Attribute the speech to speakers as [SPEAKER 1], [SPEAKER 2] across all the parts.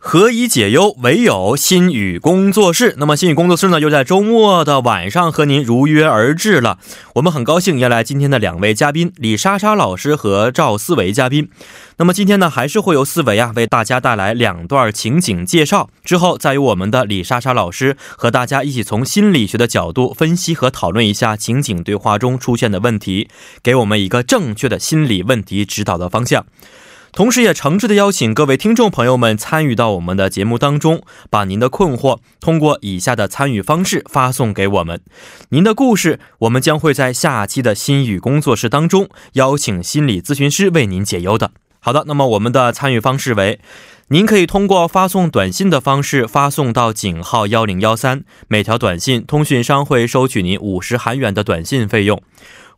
[SPEAKER 1] 何以解忧，唯有心语工作室。那么，心语工作室呢，又在周末的晚上和您如约而至了。我们很高兴迎来今天的两位嘉宾，李莎莎老师和赵思维嘉宾。那么今天呢，还是会由思维啊为大家带来两段情景介绍，之后再由我们的李莎莎老师和大家一起从心理学的角度分析和讨论一下情景对话中出现的问题，给我们一个正确的心理问题指导的方向。同时，也诚挚的邀请各位听众朋友们参与到我们的节目当中，把您的困惑通过以下的参与方式发送给我们。您的故事，我们将会在下期的心语工作室当中邀请心理咨询师为您解忧的。好的，那么我们的参与方式为：您可以通过发送短信的方式发送到井号幺零幺三，每条短信通讯商会收取您五十韩元的短信费用。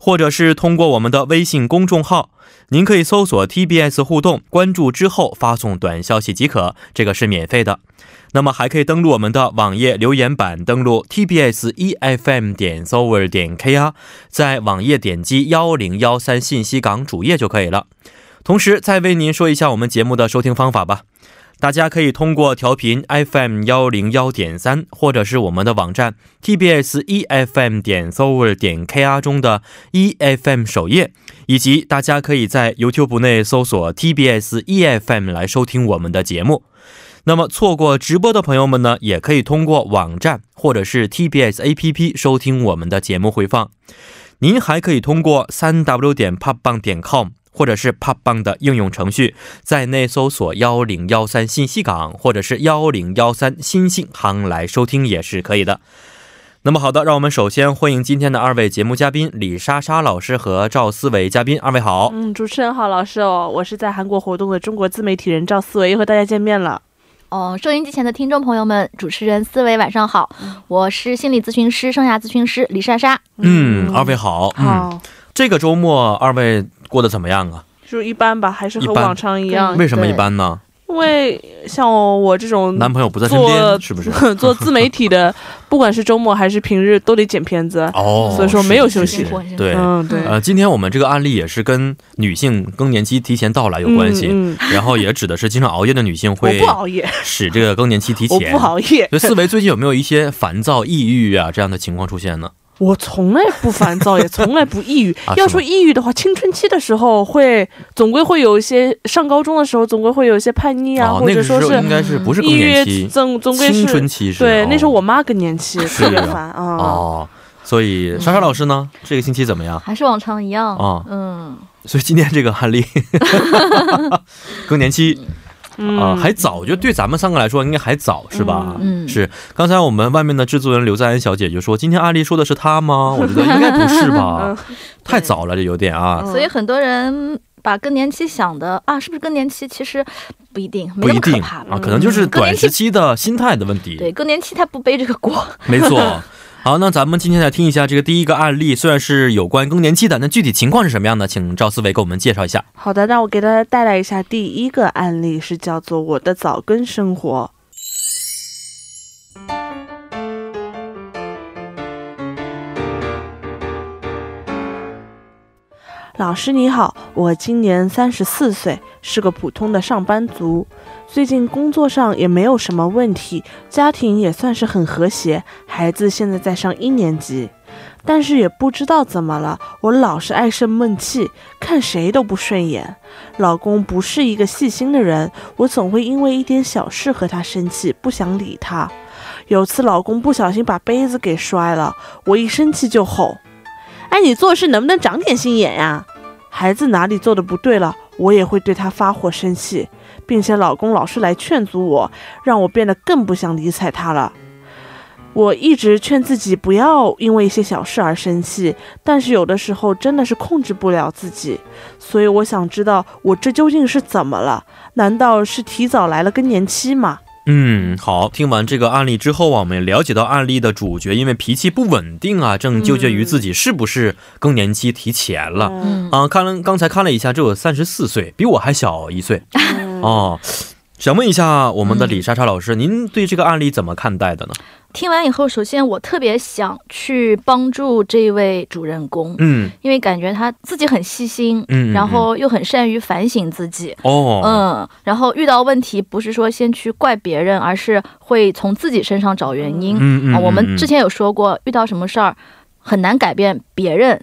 [SPEAKER 1] 或者是通过我们的微信公众号，您可以搜索 TBS 互动，关注之后发送短消息即可，这个是免费的。那么还可以登录我们的网页留言板，登录 TBS EFM E 点 s o v e r 点 KR，在网页点击幺零幺三信息港主页就可以了。同时再为您说一下我们节目的收听方法吧。大家可以通过调频 FM 幺零幺点三，或者是我们的网站 TBS EFM E 点 s o v e r 点 KR 中的 EFM 首页，以及大家可以在 YouTube 内搜索 TBS EFM E 来收听我们的节目。那么错过直播的朋友们呢，也可以通过网站或者是 TBS APP 收听我们的节目回放。您还可以通过三 W 点 p o p b a n g 点 com。或者是 p o p b a n g 的应用程序，在内搜索幺零幺三信息港或者是幺零幺三新信行来收听也是可以的。那么好的，让我们首先欢迎今天的二位节目嘉宾李莎莎老师和赵思维嘉宾，二位好。
[SPEAKER 2] 嗯，主持人好，老师哦，我是在韩国活动的中国自媒体人赵思维，又和大家见面了。
[SPEAKER 3] 哦，收音机前的听众朋友们，主持人思维晚上好，我是心理咨询师、生涯咨询师李莎莎。
[SPEAKER 1] 嗯，二位好。嗯，
[SPEAKER 2] 好，
[SPEAKER 1] 这个周末二位过得怎么样啊？
[SPEAKER 2] 就一般吧，还是和
[SPEAKER 1] 一般
[SPEAKER 2] 往常一样。
[SPEAKER 1] 为什么一般呢？
[SPEAKER 2] 因为像我这种
[SPEAKER 1] 男朋友不在身
[SPEAKER 2] 做
[SPEAKER 1] 边，是 不是？
[SPEAKER 2] 做自媒 体的，不管是周末还是平日，都得剪片子。
[SPEAKER 1] 哦，
[SPEAKER 2] 所以说没有休息
[SPEAKER 1] 是是是对，
[SPEAKER 2] 嗯，对，
[SPEAKER 1] 呃，今天我们这个案例也是跟女性更年期提前到来有关系，
[SPEAKER 2] 嗯嗯
[SPEAKER 1] 然后也指的是经常熬夜的女性
[SPEAKER 2] 我
[SPEAKER 1] 会
[SPEAKER 2] 不熬夜，
[SPEAKER 1] 使这个更年期提
[SPEAKER 2] 我
[SPEAKER 1] 前。
[SPEAKER 2] 不熬夜，
[SPEAKER 1] 所以思维最近有没有一些烦躁、抑郁啊这样的情况出现 呢？
[SPEAKER 2] 我从来不烦躁，也从来不抑郁
[SPEAKER 1] 啊。
[SPEAKER 2] 要
[SPEAKER 1] 是吗
[SPEAKER 2] 说抑郁的话，青春期的时候会，总归会有一些，上高中的时候总归会有一些叛逆啊，
[SPEAKER 1] 哦，
[SPEAKER 2] 或
[SPEAKER 1] 那
[SPEAKER 2] 者
[SPEAKER 1] 个时
[SPEAKER 2] 说
[SPEAKER 1] 候
[SPEAKER 2] 是嗯
[SPEAKER 1] 应该是不是更
[SPEAKER 2] 抑
[SPEAKER 1] 年
[SPEAKER 2] 郁，
[SPEAKER 1] 期？
[SPEAKER 2] 总总归
[SPEAKER 1] 青春
[SPEAKER 2] 是
[SPEAKER 1] 期是
[SPEAKER 2] 对
[SPEAKER 1] 哦，
[SPEAKER 2] 那时候我妈更年期，
[SPEAKER 1] 是
[SPEAKER 2] 特别
[SPEAKER 1] 啊
[SPEAKER 2] 烦啊。
[SPEAKER 1] 哦，所以莎莎老师呢，这个星期怎么样？
[SPEAKER 3] 还是往常一样。
[SPEAKER 1] 啊
[SPEAKER 3] 嗯，
[SPEAKER 1] 所以今天这个案 例， 更年期啊、
[SPEAKER 2] 嗯，
[SPEAKER 1] 还早，就对咱们三个来说应该还早是吧？
[SPEAKER 3] 嗯嗯
[SPEAKER 1] 是。刚才我们外面的制作人刘在恩小姐就说，今天案例说的是她 吗？我觉得应该不是 吧，太早了，这有点啊。
[SPEAKER 3] 所以很多人把更年期想的啊，是不是更年期？其实不一定，没
[SPEAKER 1] 不
[SPEAKER 3] 那
[SPEAKER 1] 一
[SPEAKER 3] 么可
[SPEAKER 1] 定
[SPEAKER 3] 怕。嗯
[SPEAKER 1] 啊，可能就是短时期的心态的问
[SPEAKER 3] 对，
[SPEAKER 1] 题。
[SPEAKER 3] 更年期他不背这个锅。
[SPEAKER 1] 没错。好，那咱们今天来听一下这个第一个案例，虽然是有关更年期的，那具体情况是什么样的？请赵思维给我们介绍一下。
[SPEAKER 2] 好的，那我给大家带来一下第一个案例，是叫做《我的早更生活》。老师你好，我今年三十四岁，是个普通的上班族。最近工作上也没有什么问题，家庭也算是很和谐，孩子现在在上一年级。但是也不知道怎么了，我老是唉声闷气，看谁都不顺眼。老公不是一个细心的人，我总会因为一点小事和他生气，不想理他。有次老公不小心把杯子给摔了，我一生气就吼：“哎，你做事能不能长点心眼呀、孩子哪里做的不对了，我也会对他发火生气，并且老公老是来劝阻我，让我变得更不想理睬他了。我一直劝自己不要因为一些小事而生气，但是有的时候真的是控制不了自己。所以我想知道我这究竟是怎么了？难道是提早来了更年期吗？
[SPEAKER 1] 嗯，好。听完这个案例之后啊，我们也了解到案例的主角因为脾气不稳定啊，正纠结于自己是不是更年期提前了。
[SPEAKER 2] 嗯
[SPEAKER 3] 嗯，
[SPEAKER 1] 啊，看了刚才看了一下，只有三十四岁，比我还小一岁
[SPEAKER 2] 嗯
[SPEAKER 1] 哦。想问一下我们的
[SPEAKER 3] 嗯
[SPEAKER 1] 李莎莎老师，您对这个案例怎么看待的呢？
[SPEAKER 3] 听完以后，首先我特别想去帮助这位主人公，
[SPEAKER 1] 嗯
[SPEAKER 3] 因为感觉他自己很细心，
[SPEAKER 1] 嗯，嗯
[SPEAKER 3] 然后又很善于反省自己。
[SPEAKER 1] 哦，
[SPEAKER 3] 嗯，然后遇到问题不是说先去怪别人，而是会从自己身上找原因。
[SPEAKER 1] 嗯嗯
[SPEAKER 3] 啊，
[SPEAKER 1] 嗯
[SPEAKER 3] 我们
[SPEAKER 1] 嗯
[SPEAKER 3] 之前有说过，遇到什么事儿很难改变别人，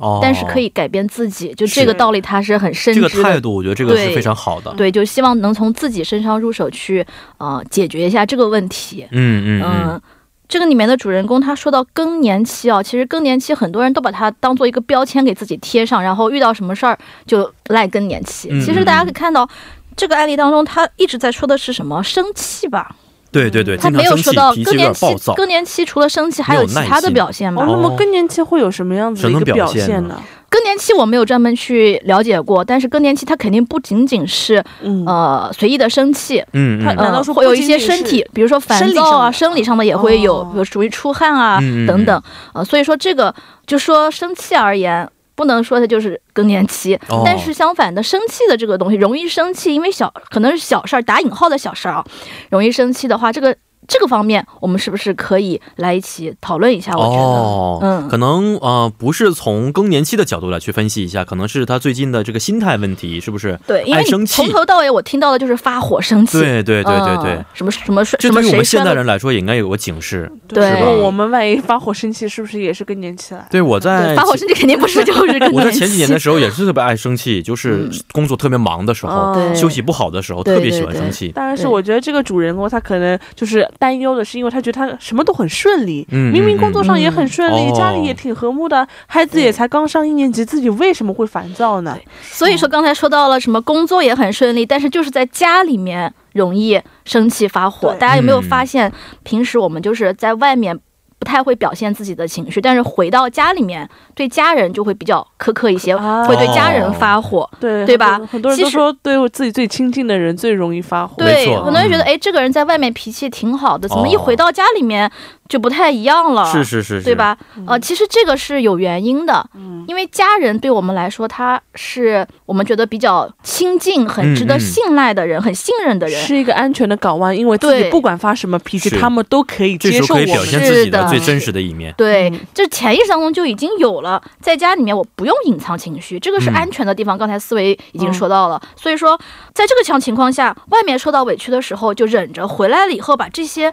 [SPEAKER 1] 哦，
[SPEAKER 3] 但是可以改变自己，就这个
[SPEAKER 2] 是
[SPEAKER 3] 道理他是很深
[SPEAKER 1] 这
[SPEAKER 3] 知
[SPEAKER 1] 个
[SPEAKER 3] 的。
[SPEAKER 1] 态度，我觉得这个是
[SPEAKER 3] 对
[SPEAKER 1] 非常好的。
[SPEAKER 3] 对，就希望能从自己身上入手去，呃，解决一下这个问题。
[SPEAKER 1] 嗯嗯嗯，
[SPEAKER 3] 嗯，这个里面的主人公他说到更年期啊，其实更年期很多人都把它当做一个标签给自己贴上，然后遇到什么事儿就赖更年期
[SPEAKER 1] 嗯。
[SPEAKER 3] 其实大家可以看到。这个案例当中，他一直在说的是什么？生气吧，
[SPEAKER 1] 对对对，
[SPEAKER 3] 他
[SPEAKER 1] 经常
[SPEAKER 3] 没有
[SPEAKER 1] 嗯生
[SPEAKER 3] 说
[SPEAKER 1] 气
[SPEAKER 3] 到，
[SPEAKER 1] 脾
[SPEAKER 3] 更
[SPEAKER 1] 气有
[SPEAKER 3] 年
[SPEAKER 1] 点
[SPEAKER 3] 期
[SPEAKER 1] 暴躁。
[SPEAKER 3] 更年期除了生气，还有其他的表现
[SPEAKER 2] 哦，
[SPEAKER 3] 吧。
[SPEAKER 2] 那么更年期会有什么样子的
[SPEAKER 1] 什
[SPEAKER 2] 一
[SPEAKER 1] 么
[SPEAKER 2] 个
[SPEAKER 1] 表
[SPEAKER 2] 表
[SPEAKER 1] 现
[SPEAKER 2] 现
[SPEAKER 1] 呢
[SPEAKER 2] 呢？
[SPEAKER 3] 更年期我没有专门去了解过，但是更年期它肯定不仅仅是
[SPEAKER 2] 嗯，
[SPEAKER 3] 呃随意的生气，
[SPEAKER 1] 嗯
[SPEAKER 2] 他
[SPEAKER 1] 嗯
[SPEAKER 2] 难道
[SPEAKER 3] 嗯
[SPEAKER 2] 说
[SPEAKER 3] 会有
[SPEAKER 2] 不
[SPEAKER 3] 一
[SPEAKER 2] 仅
[SPEAKER 3] 些
[SPEAKER 2] 仅
[SPEAKER 3] 身
[SPEAKER 2] 是
[SPEAKER 3] 体，比如说烦
[SPEAKER 2] 生理
[SPEAKER 3] 躁
[SPEAKER 2] 上
[SPEAKER 3] 啊，
[SPEAKER 2] 的
[SPEAKER 3] 生理上的也会有，
[SPEAKER 2] 哦
[SPEAKER 3] 比如属于出汗啊、
[SPEAKER 1] 嗯嗯嗯
[SPEAKER 3] 等等呃，所以说这个就说生气而言。不能说它就是更年期，
[SPEAKER 1] 哦
[SPEAKER 3] 但是相反的，生气的这个东西容易生气，因为小可能是小事儿，打引号的小事儿啊，容易生气的话，这个这个方面，我们是不是可以来一起讨论一下？我觉得，
[SPEAKER 1] 哦，
[SPEAKER 3] 嗯
[SPEAKER 1] 可能呃不是从更年期的角度来去分析一下，可能是他最近的这个心态问题，是不是？
[SPEAKER 3] 对，因
[SPEAKER 1] 爱
[SPEAKER 3] 为
[SPEAKER 1] 生
[SPEAKER 3] 你
[SPEAKER 1] 气
[SPEAKER 3] 从头到尾我听到的就是发火生气，
[SPEAKER 1] 对对对对对，
[SPEAKER 3] 嗯什么什么
[SPEAKER 1] 这
[SPEAKER 3] 什
[SPEAKER 1] 对
[SPEAKER 3] 么
[SPEAKER 1] 于我
[SPEAKER 3] 谁
[SPEAKER 1] 们现
[SPEAKER 3] 摔
[SPEAKER 1] 代
[SPEAKER 3] 了
[SPEAKER 1] 人来说也应该有个警示。
[SPEAKER 3] 对
[SPEAKER 1] 是吧
[SPEAKER 2] 我们万一发火生气，是不是也是更年期了？
[SPEAKER 1] 对，我在
[SPEAKER 3] 对发火生气肯定不是就是 更
[SPEAKER 1] 我在
[SPEAKER 3] 年
[SPEAKER 1] 前几年
[SPEAKER 3] 期
[SPEAKER 1] 的时候也是特别爱生气，就是
[SPEAKER 3] 嗯哦
[SPEAKER 1] 工作特别忙的时候，
[SPEAKER 3] 对
[SPEAKER 1] 休息不好的时候，
[SPEAKER 3] 对
[SPEAKER 1] 特别喜
[SPEAKER 3] 对
[SPEAKER 1] 欢
[SPEAKER 3] 对
[SPEAKER 1] 生气。
[SPEAKER 2] 当然是
[SPEAKER 3] 对
[SPEAKER 2] 我觉得这个主人公他可能就是担忧的是，因为他觉得他什么都很顺利，
[SPEAKER 1] 嗯
[SPEAKER 2] 明
[SPEAKER 1] 嗯
[SPEAKER 2] 明
[SPEAKER 1] 嗯
[SPEAKER 2] 工作上也很顺利，
[SPEAKER 1] 嗯
[SPEAKER 2] 家里也挺和睦的，孩子也才刚上一年级，自己为什么会烦躁呢？
[SPEAKER 3] 所以
[SPEAKER 1] 嗯
[SPEAKER 3] 说刚才说到了什么工作也很顺利，但是就是在家里面容易生气发火。
[SPEAKER 2] 对
[SPEAKER 3] 大家有没有
[SPEAKER 1] 嗯
[SPEAKER 3] 发现，平时我们就是在外面不太会表现自己的情绪，但是回到家里面对家人就会比较苛刻一些，
[SPEAKER 2] 啊
[SPEAKER 3] 会对家人发火。
[SPEAKER 1] 哦
[SPEAKER 2] 对
[SPEAKER 3] 对吧
[SPEAKER 2] 很多很多人
[SPEAKER 3] 其
[SPEAKER 2] 都
[SPEAKER 3] 实
[SPEAKER 2] 说，对我自己最亲近的人最容易发火。
[SPEAKER 1] 没
[SPEAKER 3] 对，
[SPEAKER 1] 错
[SPEAKER 3] 很多人觉得，
[SPEAKER 1] 嗯
[SPEAKER 3] 哎，这个人在外面脾气挺好的，怎
[SPEAKER 1] 哦
[SPEAKER 3] 么一回到家里面就不太一样了？
[SPEAKER 1] 是是是是，
[SPEAKER 3] 对？吧？呃，
[SPEAKER 2] 嗯
[SPEAKER 3] 其实这个是有原因的，
[SPEAKER 2] 嗯
[SPEAKER 3] 因为家人对我们来说，他是我们觉得比较亲近、很值
[SPEAKER 1] 嗯嗯
[SPEAKER 3] 得信赖的人，很信任的人。
[SPEAKER 2] 是一个安全的港湾，因为自己
[SPEAKER 3] 对
[SPEAKER 2] 不管发什么脾气，
[SPEAKER 1] 是
[SPEAKER 2] 他们都可以
[SPEAKER 1] 这
[SPEAKER 2] 接
[SPEAKER 1] 时
[SPEAKER 2] 受
[SPEAKER 1] 候
[SPEAKER 2] 我
[SPEAKER 1] 可以
[SPEAKER 2] 们。
[SPEAKER 1] 表现
[SPEAKER 3] 是
[SPEAKER 1] 自己的
[SPEAKER 3] 的
[SPEAKER 1] 最真实的一 面。
[SPEAKER 3] 对
[SPEAKER 2] 嗯，
[SPEAKER 3] 这潜意识当中就已经有了，在家里面我不用隐藏情绪，这个是
[SPEAKER 1] 嗯
[SPEAKER 3] 安全的地方。刚才思维
[SPEAKER 2] 嗯
[SPEAKER 3] 已经说到了，所以说在这个强情况下，外面受到委屈的时候就忍着，回来了以后把这些，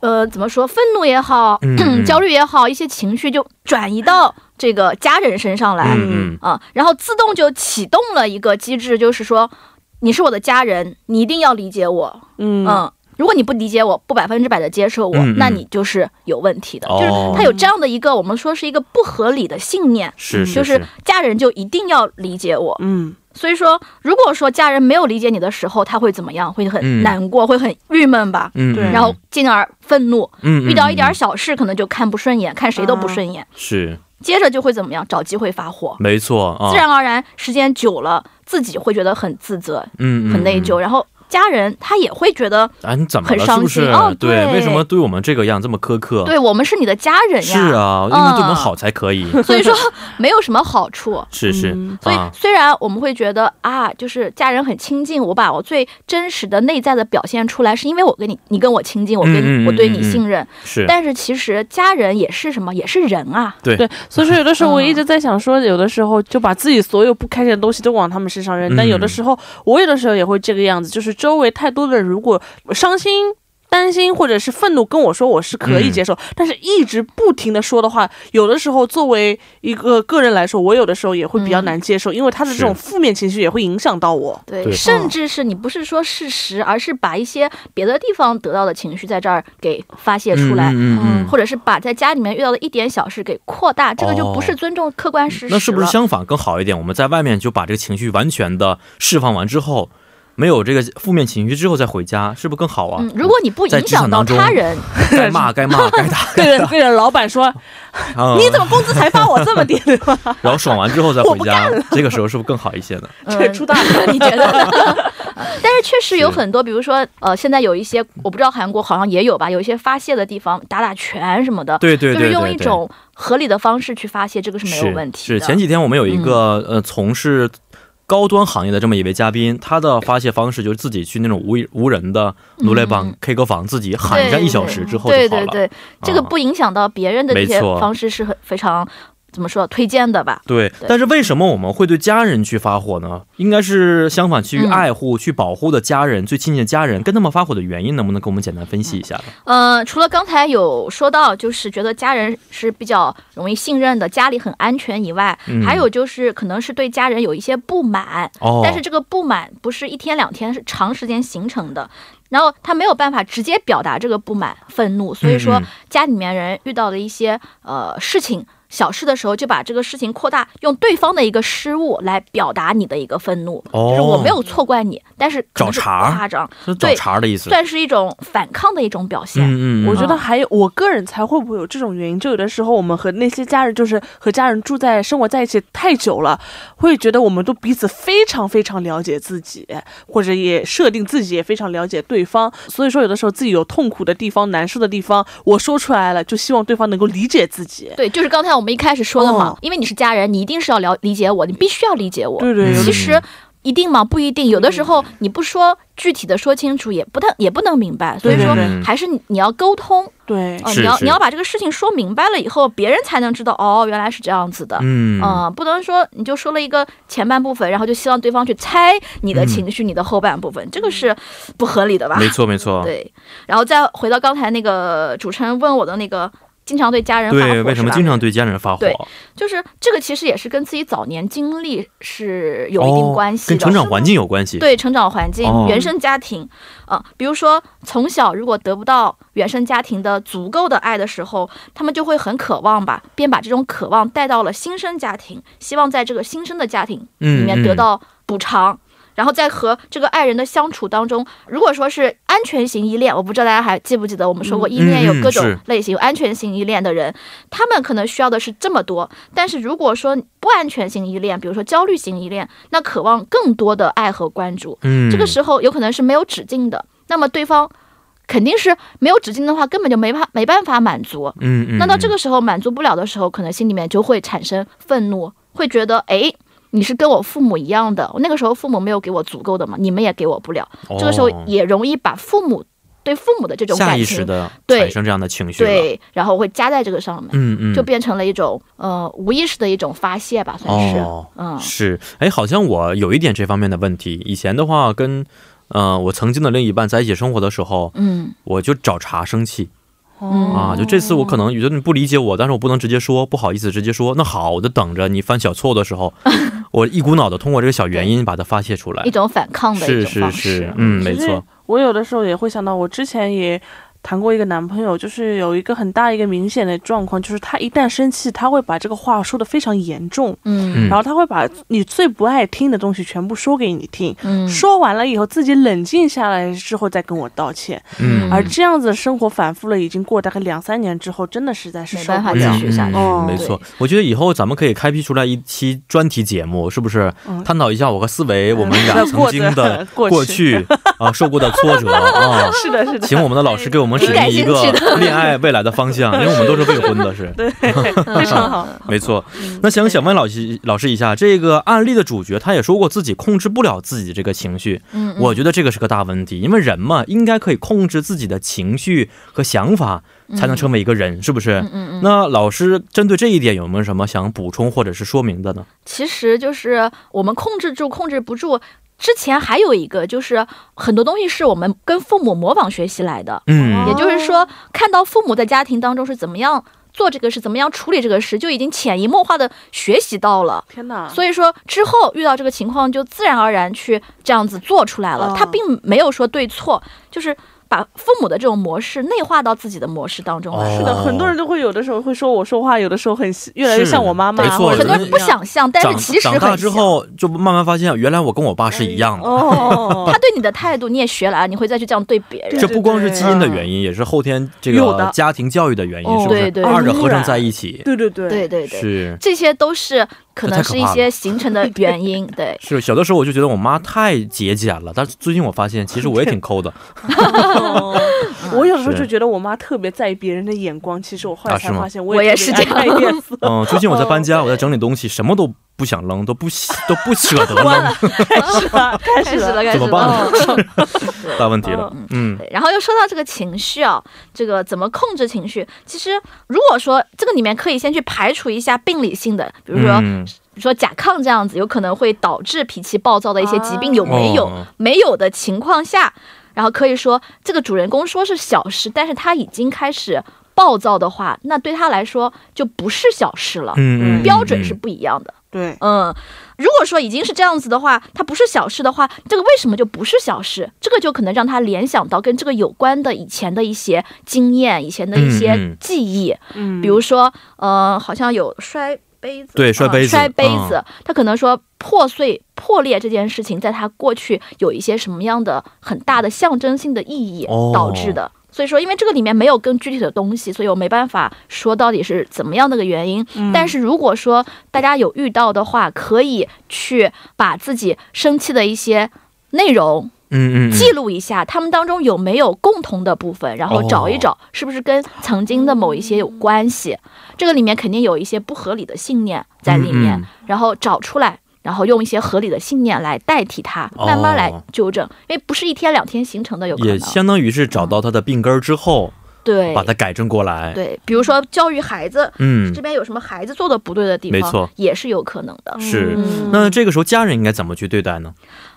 [SPEAKER 3] 呃，怎么说，愤怒也好，
[SPEAKER 1] 嗯嗯
[SPEAKER 3] 焦虑也好，一些情绪就转移到这个家人身上来。
[SPEAKER 1] 嗯嗯，
[SPEAKER 3] 啊，然后自动就启动了一个机制，就是说你是我的家人，你一定要理解我，
[SPEAKER 2] 嗯
[SPEAKER 3] 嗯。如果你不理解我，不百分之百的接受我，
[SPEAKER 1] 嗯嗯
[SPEAKER 3] 那你就是有问题的。
[SPEAKER 1] 哦
[SPEAKER 3] 就是他有这样的一个，我们说是一个不合理的信念，
[SPEAKER 1] 是
[SPEAKER 3] 嗯就是是家人就一定要理解我。
[SPEAKER 2] 嗯，
[SPEAKER 3] 所以说，如果说家人没有理解你的时候，他会怎么样？会
[SPEAKER 1] 嗯
[SPEAKER 3] 很难过，会很郁闷吧，
[SPEAKER 1] 嗯，
[SPEAKER 2] 对
[SPEAKER 1] 嗯
[SPEAKER 3] 然后进而愤怒。
[SPEAKER 1] 嗯嗯
[SPEAKER 3] 遇到一点
[SPEAKER 1] 嗯
[SPEAKER 3] 小事，可能就看不顺眼，看谁都不
[SPEAKER 2] 啊
[SPEAKER 3] 顺眼，
[SPEAKER 1] 是
[SPEAKER 3] 接着就会怎么样？找机会发火。
[SPEAKER 1] 没错啊，
[SPEAKER 3] 自然而然，时间久了，自己会觉得很自责、
[SPEAKER 1] 嗯
[SPEAKER 3] 很内。
[SPEAKER 1] 嗯嗯
[SPEAKER 3] 疚，然后家人他也会觉得，
[SPEAKER 1] 啊，你怎么
[SPEAKER 3] 很
[SPEAKER 1] 了？是
[SPEAKER 3] 伤
[SPEAKER 1] 不是？
[SPEAKER 3] 心哦
[SPEAKER 1] 对，
[SPEAKER 3] 对
[SPEAKER 1] 为什么对我们这个样这么苛刻？
[SPEAKER 3] 对我们是你的家人呀，嗯
[SPEAKER 1] 是啊，因为对我们好才可 以。
[SPEAKER 3] 所以说没有什么好处。
[SPEAKER 1] 是是
[SPEAKER 2] 嗯
[SPEAKER 3] 所以
[SPEAKER 1] 啊，，
[SPEAKER 3] 虽然我们会觉得啊，就是家人很亲近，我把我最真实的内在的表现出来，是因为我跟你，你跟我亲近，我
[SPEAKER 1] 嗯
[SPEAKER 3] 跟
[SPEAKER 1] 嗯嗯
[SPEAKER 3] 你，我对你信任。
[SPEAKER 1] 是
[SPEAKER 3] 但是其实家人也是什么，也是人啊。
[SPEAKER 2] 对，所以说有的时候我一直
[SPEAKER 3] 嗯
[SPEAKER 2] 在想说，有的时候就把自己所有不开心的东西都往他们身上扔，但有的时候我有的时候也会这个样子，就是周围太多的人如果伤心。担心或者是愤怒跟我说我是可以接受，但是一直不停的说的话，有的时候作为一个个人来说，我有的时候也会比较
[SPEAKER 3] 嗯
[SPEAKER 2] 难接受，因为他的这种
[SPEAKER 1] 是
[SPEAKER 2] 负面情绪也会影响到我。
[SPEAKER 3] 对
[SPEAKER 1] 对
[SPEAKER 3] 甚至是你不是说事实，而是把一些别的地方得到的情绪在这儿给发泄出
[SPEAKER 1] 嗯
[SPEAKER 3] 来。
[SPEAKER 1] 嗯嗯嗯。
[SPEAKER 3] 或者是把在家里面遇到的一点小事给扩大，这个就不是尊重客观事实了。
[SPEAKER 1] 哦那是不是相反更好一点？我们在外面就把这个情绪完全的释放完之后，没有这个负面情绪之后再回家，是不是更好啊？
[SPEAKER 3] 嗯，如果你不
[SPEAKER 1] 在
[SPEAKER 3] 影
[SPEAKER 1] 职场
[SPEAKER 3] 响到
[SPEAKER 1] 当中
[SPEAKER 3] 他人，
[SPEAKER 1] 该骂该骂该打，
[SPEAKER 2] 对着对着老板说，
[SPEAKER 1] 啊
[SPEAKER 2] 你怎么工资才发我这么点？对吧
[SPEAKER 1] 然后爽完之后再回 家，这个时候是不是更好一些呢？
[SPEAKER 2] 这出大
[SPEAKER 3] 了，嗯你觉得呢？ 但是确实有
[SPEAKER 1] 是
[SPEAKER 3] 很多，比如说，呃，现在有一些，我不知道韩国好像也有吧，有一些发泄的地方，打打拳什么的，
[SPEAKER 1] 对对对
[SPEAKER 3] 就是用
[SPEAKER 1] 对
[SPEAKER 3] 一
[SPEAKER 1] 对
[SPEAKER 3] 种合理的方式去发泄，这个是没有问题的。嗯
[SPEAKER 1] 是前几天我们有一个、呃从事高端行业的这么一位嘉宾，他的发泄方式就是自己去那种无无人的奴隶帮
[SPEAKER 3] 嗯
[SPEAKER 1] K 歌房，自己喊上一小时之后就
[SPEAKER 3] 对
[SPEAKER 1] 好
[SPEAKER 3] 对
[SPEAKER 1] 了。啊
[SPEAKER 3] 对，这个不影响到别人的这
[SPEAKER 1] 没
[SPEAKER 3] 些
[SPEAKER 1] 错
[SPEAKER 3] 方式是很非常怎么说推荐的吧？
[SPEAKER 1] 对，但是为什么我们会对家人去发火呢？应该是相反，去
[SPEAKER 3] 嗯
[SPEAKER 1] 爱护、去保护的家人、最亲近的家人，跟他们发火的原因，能不能给我们简单分析一下呢？
[SPEAKER 3] 呃，除了刚才有说到，就是觉得家人是比较容易信任的，家里很安全以外，
[SPEAKER 1] 嗯
[SPEAKER 3] 还有就是可能是对家人有一些不满，
[SPEAKER 1] 哦，
[SPEAKER 3] 嗯但是这个不满不是一天两天，是长时间形成的。然后他没有办法直接表达这个不满、愤怒，所以说
[SPEAKER 1] 嗯嗯
[SPEAKER 3] 家里面人遇到了一些呃事情。小事的时候就把这个事情扩大，用对方的一个失误来表达你的一个愤怒，
[SPEAKER 1] 哦
[SPEAKER 3] 就是我没有错怪你，但是可能是
[SPEAKER 1] 找茬儿
[SPEAKER 3] 夸张，
[SPEAKER 1] 是找茬儿的意思。
[SPEAKER 3] 算是一种反抗的一种表现。
[SPEAKER 1] 嗯嗯嗯，
[SPEAKER 2] 我觉得还有，我个人才会不会有这种原因？就有的时候我们和那些家人，就是和家人住在生活在一起太久了，会觉得我们都彼此非常非常了解自己，或者也设定自己也非常了解对方。所以说，有的时候自己有痛苦的地方、难受的地方，我说出来了，就希望对方能够理解自己。
[SPEAKER 3] 对，就是刚才我们一开始说的嘛，
[SPEAKER 2] 哦
[SPEAKER 3] 因为你是家人，你一定是要了理解我，你必须要理解我。
[SPEAKER 2] 对对，有
[SPEAKER 3] 其
[SPEAKER 2] 的
[SPEAKER 3] 实一定吗？不一定，有的时候你不说具体的说清楚，也不能也不能明白，所以说
[SPEAKER 2] 对对
[SPEAKER 1] 对
[SPEAKER 3] 还是你你要沟通，
[SPEAKER 2] 对
[SPEAKER 3] 哦，
[SPEAKER 1] 是
[SPEAKER 3] 你要
[SPEAKER 1] 是
[SPEAKER 3] 你要把这个事情说明白了以后，别人才能知道哦，原来是这样子的。
[SPEAKER 1] 嗯
[SPEAKER 3] 嗯，不能说你就说了一个前半部分，然后就希望对方去猜你
[SPEAKER 1] 嗯
[SPEAKER 3] 的情绪、你的后半部分，这个是不合理的吧？
[SPEAKER 1] 没错没错，
[SPEAKER 3] 对，然后再回到刚才那个主持人问我的那个，经常对家人发火
[SPEAKER 1] 对，为什么
[SPEAKER 3] 是吧
[SPEAKER 1] 经常对家人发火
[SPEAKER 3] 对？就是这个，其实也是跟自己早年经历是有一定关系
[SPEAKER 1] 哦
[SPEAKER 3] 的，
[SPEAKER 1] 跟成长环境有关系。，
[SPEAKER 3] 对成长环境、
[SPEAKER 1] 哦
[SPEAKER 3] 原生家庭，啊、比如说从小如果得不到原生家庭的足够的爱的时候，他们就会很渴望吧，便把这种渴望带到了新生家庭，希望在这个新生的家庭里
[SPEAKER 1] 嗯，
[SPEAKER 3] 面得
[SPEAKER 1] 嗯
[SPEAKER 3] 到补偿。然后在和这个爱人的相处当中，如果说是安全型依恋，我不知道大家还记不记得我们说过，依恋有各
[SPEAKER 1] 嗯
[SPEAKER 3] 种
[SPEAKER 1] 是
[SPEAKER 3] 类型，有安全型依恋的人，他们可能需要的是这么多。但是如果说不安全型依恋，比如说焦虑型依恋，那渴望更多的爱和关注，
[SPEAKER 1] 嗯，
[SPEAKER 3] 这个时候有可能是没有止境的。那么对方肯定是没有止境的话，根本就没办没办法满足。
[SPEAKER 1] 嗯，嗯嗯，
[SPEAKER 3] 那到这个时候满足不了的时候，可能心里面就会产生愤怒，会觉得哎，你是跟我父母一样的，那个时候父母没有给我足够的嘛，你们也给我不了，
[SPEAKER 1] 哦
[SPEAKER 3] 这个时候也容易把父母对父母的这种
[SPEAKER 1] 下
[SPEAKER 3] 感
[SPEAKER 1] 意识
[SPEAKER 3] 情，
[SPEAKER 1] 的
[SPEAKER 3] 对
[SPEAKER 1] 产生这样的情绪了，
[SPEAKER 3] 对，然后会加在这个上面，
[SPEAKER 1] 嗯嗯，
[SPEAKER 3] 就变成了一种呃无意识的一种发泄吧，算是，
[SPEAKER 1] 哦
[SPEAKER 3] 嗯，
[SPEAKER 1] 是，哎，好像我有一点这方面的问题。以前的话跟，呃，我曾经的另一半在一起生活的时候，
[SPEAKER 3] 嗯，
[SPEAKER 1] 我就找茬生气
[SPEAKER 3] 嗯
[SPEAKER 1] 啊。就这次我可能有的你不理解我，但是我不能直接说，不好意思直接说。那好，我就等着你犯小错误的时 候，我一股脑的通过这个小原因把它发泄出来
[SPEAKER 3] 一。种反抗的
[SPEAKER 1] 是
[SPEAKER 3] 一种方
[SPEAKER 1] 是
[SPEAKER 3] 式，
[SPEAKER 1] 是，嗯，没
[SPEAKER 2] 其实
[SPEAKER 1] 错，
[SPEAKER 2] 我有的时候也会想到，我之前也谈过一个男朋友，就是有一个很大一个明显的状况，就是他一旦生气，他会把这个话说的非常严重，
[SPEAKER 3] 嗯
[SPEAKER 1] 嗯
[SPEAKER 2] 然后他会把你最不爱听的东西全部说给你听。
[SPEAKER 3] 嗯，
[SPEAKER 2] 说完了以后，自己冷静下来之后再跟我道歉，
[SPEAKER 1] 嗯，
[SPEAKER 2] 而这样子的生活反复了，已经过大概两三年之后，真的实在是
[SPEAKER 3] 没
[SPEAKER 2] 受
[SPEAKER 3] 办法
[SPEAKER 2] 不
[SPEAKER 3] 继
[SPEAKER 2] 了。
[SPEAKER 3] 续下去，
[SPEAKER 2] 嗯
[SPEAKER 1] 没
[SPEAKER 3] 对
[SPEAKER 1] 错，我觉得以后咱们可以开辟出来一期专题节目，是不是
[SPEAKER 2] 嗯
[SPEAKER 1] 探讨一下我和思维我们
[SPEAKER 2] 那
[SPEAKER 1] 俩曾
[SPEAKER 2] 过
[SPEAKER 1] 经
[SPEAKER 2] 的
[SPEAKER 1] 的
[SPEAKER 2] 过
[SPEAKER 1] 过
[SPEAKER 2] 去
[SPEAKER 1] 去啊受过的挫折啊？
[SPEAKER 2] 是 的，是的，
[SPEAKER 1] 请我们的老师给我们指
[SPEAKER 3] 挺感
[SPEAKER 1] 明一
[SPEAKER 3] 兴
[SPEAKER 1] 个
[SPEAKER 3] 趣的
[SPEAKER 1] 恋爱未来的方向，因为我们都是未婚的，是
[SPEAKER 2] 对，非常好。
[SPEAKER 1] 没错。那想想问老师老师一下，这个案例的主角他也说过自己控制不了自己这个情绪，
[SPEAKER 3] 嗯，嗯
[SPEAKER 1] 我觉得这个是个大问题，因为人嘛应该可以控制自己的情绪和想法，才能成为一个人，是不是？
[SPEAKER 3] 嗯嗯嗯。
[SPEAKER 1] 那老师针对这一点有没有什么想补充或者是说明的呢？
[SPEAKER 3] 其实就是我们控制住、控制不住。之前还有一个就是很多东西是我们跟父母模仿学习来的，
[SPEAKER 1] 嗯
[SPEAKER 3] 也就是说，看到父母在家庭当中是怎么样做这个事、怎么样处理这个事，就已经潜移默化的学习到了。
[SPEAKER 2] 天哪！
[SPEAKER 3] 所以说之后遇到这个情况，就自然而然去这样子做出来了。
[SPEAKER 2] 哦
[SPEAKER 3] 他并没有说对错，就是把父母的这种模式内化到自己的模式当中来。
[SPEAKER 1] 哦
[SPEAKER 2] 是的，很多人都会有的时候会说我说话，有的时候很越来越像我妈妈
[SPEAKER 1] 是，没错
[SPEAKER 2] 或者
[SPEAKER 3] 很多
[SPEAKER 2] 怎
[SPEAKER 3] 人
[SPEAKER 2] 么
[SPEAKER 3] 不
[SPEAKER 2] 样
[SPEAKER 3] 想象，但是
[SPEAKER 1] 长
[SPEAKER 3] 其实
[SPEAKER 1] 长
[SPEAKER 3] 很
[SPEAKER 1] 大之
[SPEAKER 3] 像哎
[SPEAKER 1] 后就慢慢发现，原来我跟我爸是一样的。
[SPEAKER 2] 哦，
[SPEAKER 3] 他对你的态度，你也学来了，你会再去这样对别人。
[SPEAKER 1] 这不光是基因的原因，也是后天这
[SPEAKER 2] 有的
[SPEAKER 1] 个家庭教育的原因，
[SPEAKER 3] 哦
[SPEAKER 1] 是不是？
[SPEAKER 3] 对对
[SPEAKER 1] 二者合成在一起，
[SPEAKER 2] 对对对
[SPEAKER 3] 对对对，
[SPEAKER 1] 是
[SPEAKER 3] 这些都是可
[SPEAKER 1] 那太可
[SPEAKER 3] 能是
[SPEAKER 1] 怕
[SPEAKER 3] 一
[SPEAKER 1] 了
[SPEAKER 3] 些形成的原因。 对，
[SPEAKER 1] 是。小的时候我就觉得我妈太节俭了，但是最近我发现，其实我 也挺抠的
[SPEAKER 2] 哦我有时候
[SPEAKER 1] 是
[SPEAKER 2] 就觉得我妈特别在意别人的眼光，其实我后来
[SPEAKER 1] 啊
[SPEAKER 2] 才
[SPEAKER 1] 是吗。
[SPEAKER 2] 发现
[SPEAKER 3] 我
[SPEAKER 2] 也
[SPEAKER 3] 也
[SPEAKER 2] 特别
[SPEAKER 3] 是这
[SPEAKER 2] 爱
[SPEAKER 3] 样
[SPEAKER 2] 看脸色
[SPEAKER 1] 嗯，
[SPEAKER 3] 哦
[SPEAKER 1] 最近我在搬家，我在整理东西，什么都不想扔，都不喜都不舍 得
[SPEAKER 2] 关
[SPEAKER 3] 嗯
[SPEAKER 1] 扔
[SPEAKER 2] 了，开始了，开
[SPEAKER 3] 开
[SPEAKER 2] 始
[SPEAKER 3] 始了，
[SPEAKER 2] 了，
[SPEAKER 3] 开始
[SPEAKER 1] 怎么
[SPEAKER 3] 了。
[SPEAKER 1] 办
[SPEAKER 3] 嗯
[SPEAKER 1] 大问题了。嗯，
[SPEAKER 3] 对然后又说到这个情绪啊，这个怎么控制情绪？其实如果说这个里面可以先去排除一下病理性的，比如说、
[SPEAKER 1] 嗯
[SPEAKER 3] 比如说甲亢这样子，有可能会导致脾气暴躁的一些疾病，有没有？
[SPEAKER 1] 哦
[SPEAKER 3] 没有的情况下，然后可以说这个主人公说是小事，但是他已经开始暴躁的话，那对他来说就不是小事了，
[SPEAKER 1] 嗯嗯，
[SPEAKER 3] 标准是
[SPEAKER 1] 嗯
[SPEAKER 3] 不一样的。
[SPEAKER 2] 对，
[SPEAKER 3] 嗯，如果说已经是这样子的话，它不是小事的话，这个为什么就不是小事？这个就可能让他联想到跟这个有关的以前的一些经验、以前的一
[SPEAKER 1] 嗯
[SPEAKER 3] 些
[SPEAKER 1] 嗯
[SPEAKER 3] 记忆，
[SPEAKER 2] 嗯，
[SPEAKER 3] 比如说，呃，好像有摔杯子，
[SPEAKER 1] 对摔
[SPEAKER 3] 嗯
[SPEAKER 1] 杯子
[SPEAKER 3] 摔杯
[SPEAKER 1] 嗯
[SPEAKER 3] 子，他可能说破碎、破裂这件事情，在他过去有一些什么样的很大的象征性的意义
[SPEAKER 1] 哦
[SPEAKER 3] 导致的。所以说，因为这个里面没有更具体的东西，所以我没办法说到底是怎么样的个原因。
[SPEAKER 2] 嗯
[SPEAKER 3] 但是如果说大家有遇到的话，可以去把自己生气的一些内容
[SPEAKER 1] 嗯嗯嗯
[SPEAKER 3] 记录一下，他们当中有没有共同的部分，然后找一
[SPEAKER 1] 哦
[SPEAKER 3] 找是不是跟曾经的某一些有关系。这个里面肯定有一些不合理的信念在里面，
[SPEAKER 1] 嗯嗯
[SPEAKER 3] 然后找出来。然后用一些合理的信念来代替它，
[SPEAKER 1] 哦
[SPEAKER 3] 慢慢来纠正，因为不是一天两天形成的，有可
[SPEAKER 1] 也
[SPEAKER 3] 能。
[SPEAKER 1] 相当于是找到他的病根儿之后，
[SPEAKER 3] 对
[SPEAKER 1] 把它改正过来。，
[SPEAKER 3] 对，比如说教育孩子、
[SPEAKER 1] 嗯
[SPEAKER 3] 这，边有什么孩子做的不对的地方，
[SPEAKER 1] 没错
[SPEAKER 3] 也是有可能的。
[SPEAKER 1] 是
[SPEAKER 2] 嗯
[SPEAKER 1] 那这个时候家人应该怎么去对待呢？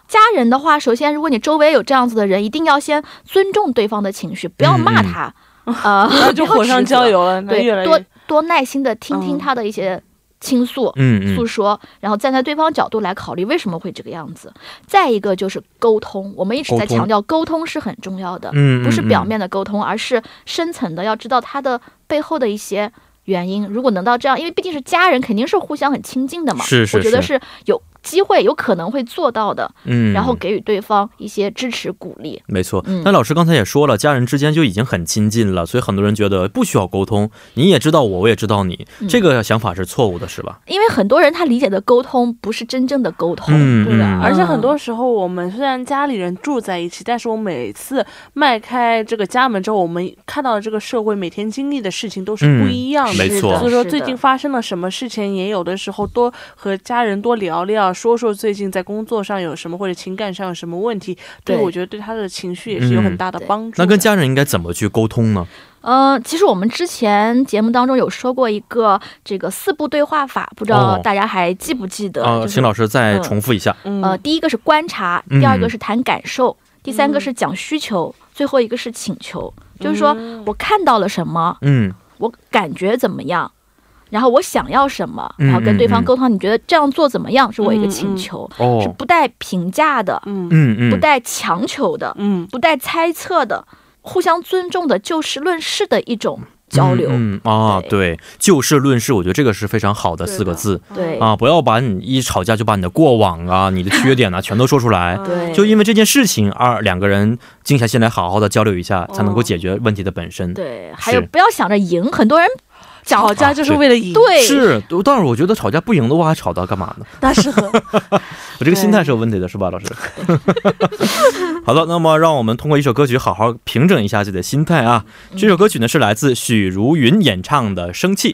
[SPEAKER 3] 家人的话，首先如果你周围有这样子的人，一定要先尊重对方的情绪，不要 骂他，呃，
[SPEAKER 2] 嗯那 就火上浇油了，
[SPEAKER 3] 不
[SPEAKER 2] 那
[SPEAKER 3] 要指责，
[SPEAKER 2] 越嗯来
[SPEAKER 3] 对，多
[SPEAKER 2] 越
[SPEAKER 3] 多耐心的听听
[SPEAKER 2] 嗯
[SPEAKER 3] 他的一些倾诉。
[SPEAKER 1] 嗯
[SPEAKER 3] 诉
[SPEAKER 1] 嗯，
[SPEAKER 3] 说，然后站在对方角度来考虑为什么会这个样子。再一个就是沟通，我们一直
[SPEAKER 1] 沟
[SPEAKER 3] 在
[SPEAKER 1] 通
[SPEAKER 3] 强调沟通是很重要的，
[SPEAKER 1] 嗯，
[SPEAKER 3] 不是
[SPEAKER 1] 嗯
[SPEAKER 3] 表。面的沟通，而是深层的，要知道他的背后的一些原因。如果能到这样，因为毕竟是家人，肯定是互相很亲近的嘛。
[SPEAKER 1] 是是
[SPEAKER 3] 我觉得
[SPEAKER 1] 是
[SPEAKER 3] 是有机会，有可能会做到的。
[SPEAKER 1] 嗯，
[SPEAKER 3] 然后给予对方一些支持鼓励。
[SPEAKER 1] 没错
[SPEAKER 3] 嗯。
[SPEAKER 1] 那老师刚才也说了，家人之间就已经很亲近了，所以很多人觉得哎不需要沟通，你也知道我，我也知道你，
[SPEAKER 3] 嗯
[SPEAKER 1] 这个想法是错误的，是吧？
[SPEAKER 3] 因为很多人他理解的沟通不是真正的沟通，
[SPEAKER 1] 嗯
[SPEAKER 2] 对的，
[SPEAKER 3] 啊
[SPEAKER 1] 嗯
[SPEAKER 2] 而且很多时候我们虽然家里人住在一起，但是我每次迈开这个家门之后，我们看到的这个社会每天经历的事情都是不一样
[SPEAKER 1] 嗯
[SPEAKER 2] 的。
[SPEAKER 1] 没错
[SPEAKER 2] 所以说
[SPEAKER 3] 是的
[SPEAKER 2] 最近发生了什么事情，也有的时候多和家人多聊聊，说说最近在工作上有什么或者情感上有什么问题，对
[SPEAKER 3] 对
[SPEAKER 2] 我觉得对他的情绪也是有很大的
[SPEAKER 3] 嗯对
[SPEAKER 2] 帮助的。
[SPEAKER 1] 那跟家人应该怎么去沟通呢？
[SPEAKER 3] 呃，其实我们之前节目当中有说过一个这个四步对话法，不知道
[SPEAKER 1] 哦
[SPEAKER 3] 大家还记不记得？
[SPEAKER 1] 啊、
[SPEAKER 3] 就是
[SPEAKER 1] 请老师再
[SPEAKER 3] 嗯
[SPEAKER 1] 重复一下。
[SPEAKER 2] 嗯
[SPEAKER 3] 呃，第一个是观察，
[SPEAKER 1] 嗯
[SPEAKER 3] 第二个是谈感受，第三个是讲需求，最后一个是请求。就是说
[SPEAKER 2] 嗯
[SPEAKER 3] 我看到了什么，
[SPEAKER 1] 嗯
[SPEAKER 3] 我感觉怎么样。然后我想要什么，
[SPEAKER 1] 嗯
[SPEAKER 3] 然后跟对
[SPEAKER 1] 嗯
[SPEAKER 3] 方
[SPEAKER 1] 嗯
[SPEAKER 3] 沟通，你觉得这样做怎么样？是我一个
[SPEAKER 2] 嗯
[SPEAKER 3] 请
[SPEAKER 2] 嗯
[SPEAKER 3] 求，是
[SPEAKER 1] 哦，
[SPEAKER 3] 不带评价的，
[SPEAKER 2] 嗯
[SPEAKER 1] 嗯嗯，
[SPEAKER 3] 不带强求的，
[SPEAKER 2] 嗯
[SPEAKER 3] 不带猜测的、互相尊重的、就事论事的一种交流。
[SPEAKER 1] 嗯嗯啊，对，就事论事，我觉得这个是非常好的
[SPEAKER 2] 对的
[SPEAKER 1] 四个字
[SPEAKER 3] 对
[SPEAKER 1] 啊，不要把你一吵架就把你的过往啊、你的缺点啊全都说出
[SPEAKER 2] 嗯
[SPEAKER 1] 来，
[SPEAKER 3] 对
[SPEAKER 1] 就因为这件事情而两个人静下心来好好的交流一下，才能够
[SPEAKER 2] 哦
[SPEAKER 1] 解决问题的本身。
[SPEAKER 3] 对，还有不要想着赢，很多人讲
[SPEAKER 2] 吵
[SPEAKER 1] 啊
[SPEAKER 2] 架就是为了赢，
[SPEAKER 3] 对
[SPEAKER 1] 哦 是，但是我觉得吵架不赢的话还吵到干嘛呢？
[SPEAKER 2] 那是很
[SPEAKER 1] 我这个心态是有问题的，是吧，老师？ 好的，那么让我们通过一首歌曲好好平整一下自己的心态啊。这首歌曲呢是来自许茹芸演唱的《生气》。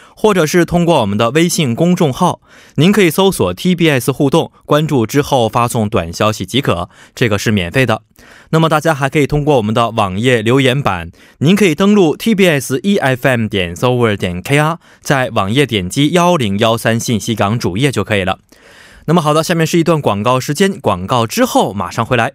[SPEAKER 1] 或者是通过我们的微信公众号，您可以搜索 TBS 互动，关注之后发送短消息即可，这个是免费的。那么大家还可以通过我们的网页留言板，您可以登录 tbs efm E 点 s o v e r 点 kr，在网页点击幺零幺三信息港主页就可以了。那么好的，下面是一段广告时间，广告之后马上回来。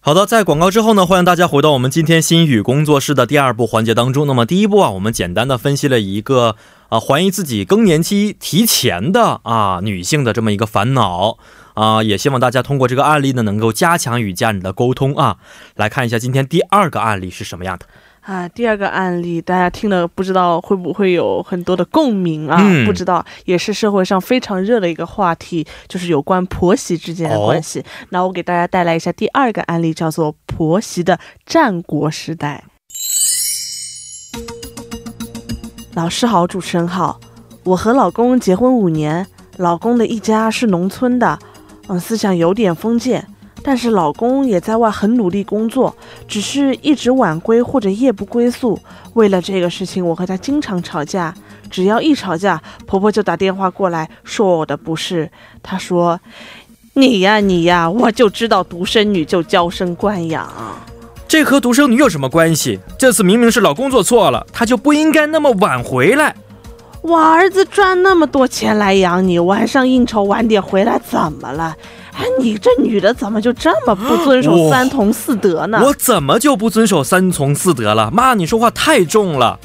[SPEAKER 1] 好的，在广告之后呢，欢迎大家回到我们今天心语工作室的第二部环节当中。那么第一步啊，我们简单的分析了一个啊，怀疑自己更年期提前的啊女性的这么一个烦恼啊、也希望大家通过这个案例呢，能够加强与家人的沟通啊。来看一下今天第二个案例是什么样的。
[SPEAKER 2] 啊，第二个案例大家听了不知道会不会有很多的共鸣啊？
[SPEAKER 1] 嗯
[SPEAKER 2] 不知道，也是社会上非常热的一个话题，就是有关婆媳之间的关系。那我给大家带来一下第二个案例，叫做婆媳的战国时代。老师好，主持人好，我和老公结婚五年，老公的一家是农村的，嗯，思想有点封建，但是老公也在外很努力工作，只是一直晚归或者夜不归宿。为了这个事情，我和她经常吵架。只要一吵架，婆婆就打电话过来说我的不是。她说：“你呀你呀，我就知道独生女就娇生惯养。
[SPEAKER 1] 这和独生女有什么关系？这次明明是老公做错了，她就不应该那么晚回来。
[SPEAKER 2] 我儿子赚那么多钱来养你，晚上应酬晚点回来怎么了？哎，你这女的怎么就这么不遵守
[SPEAKER 1] 哇
[SPEAKER 2] 三从四德呢？
[SPEAKER 1] 我怎么就不遵守三从四德了？妈，你说话太重了。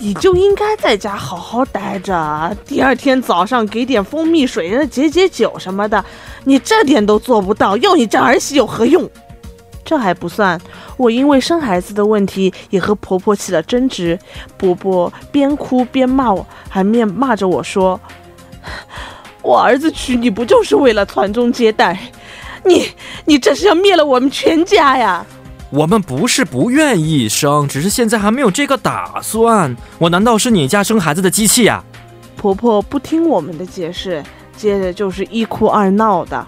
[SPEAKER 2] 你就应该在家好好待着，第二天早上给点蜂蜜水，解解酒什么的。你这点都做不到，要你这儿媳有何用？这还不算，我因为生孩子的问题也和婆婆起了争执，婆婆边哭边骂我，还面骂着我说：“我儿子娶你不就是为了传宗接代？你你这是要灭了我们全家呀！”
[SPEAKER 1] 我们不是不愿意生，只是现在还没有这个打算。我难道是你家生孩子的机器啊呀、
[SPEAKER 2] 婆婆不听我们的解释，接着就是一哭二闹的。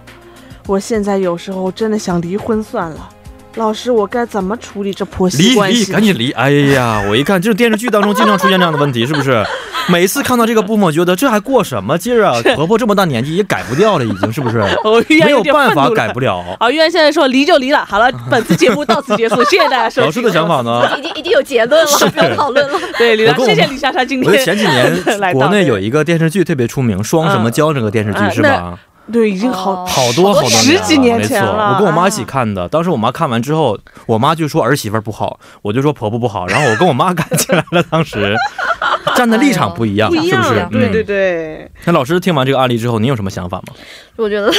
[SPEAKER 2] 我现在有时候真的想离婚算了。老师，我该怎么处理这婆媳
[SPEAKER 1] 离
[SPEAKER 2] 关
[SPEAKER 1] 离，
[SPEAKER 2] 系呢？
[SPEAKER 1] 赶紧离！哎呀，我一看这种电视剧当中经常出现这样的问题，是不是？每次看到这个部分，我觉得这还过什么劲儿 啊？婆婆这么大年纪也改不掉了，已经是不是？
[SPEAKER 2] 哦，玉
[SPEAKER 1] 没
[SPEAKER 2] 安
[SPEAKER 1] 有
[SPEAKER 2] 点
[SPEAKER 1] 办
[SPEAKER 2] 愤
[SPEAKER 1] 法
[SPEAKER 2] 怒了
[SPEAKER 1] 改不了。
[SPEAKER 2] 好，玉安现在说离就离了。好了，本次节目到此结束，谢谢大家收听。
[SPEAKER 1] 老师的想，法呢？
[SPEAKER 3] 已经已经有结论了，不用讨论 了。
[SPEAKER 2] 对李
[SPEAKER 1] 我
[SPEAKER 2] 莎，
[SPEAKER 1] 跟我
[SPEAKER 2] 谢谢
[SPEAKER 1] 妈
[SPEAKER 2] 李莎莎今
[SPEAKER 1] 我记得
[SPEAKER 2] 天
[SPEAKER 1] 前几年
[SPEAKER 2] 来
[SPEAKER 1] 国
[SPEAKER 2] 到
[SPEAKER 1] 内
[SPEAKER 2] 这
[SPEAKER 1] 有
[SPEAKER 2] 里
[SPEAKER 1] 一个电视剧特别出名，《双什么娇》这个电视剧
[SPEAKER 2] 嗯
[SPEAKER 1] 是吧？
[SPEAKER 2] 对已经好
[SPEAKER 3] 哦
[SPEAKER 1] 好多好多年
[SPEAKER 2] 十
[SPEAKER 1] 了
[SPEAKER 2] 几年
[SPEAKER 1] 没
[SPEAKER 2] 前
[SPEAKER 1] 错
[SPEAKER 2] 了
[SPEAKER 1] 我跟我妈
[SPEAKER 2] 啊
[SPEAKER 1] 一起看的。当时我妈看完之后，我妈就说儿媳妇儿不好，我就说婆婆不好，然后我跟我妈干起来了。当 时站的立场不一样，
[SPEAKER 2] 哎不一
[SPEAKER 1] 是
[SPEAKER 2] 样，啊
[SPEAKER 1] 不是？
[SPEAKER 2] 对
[SPEAKER 1] 嗯
[SPEAKER 2] 对对，
[SPEAKER 1] 那老师听完这个案例之后，您有什么想法吗？
[SPEAKER 3] 我觉得，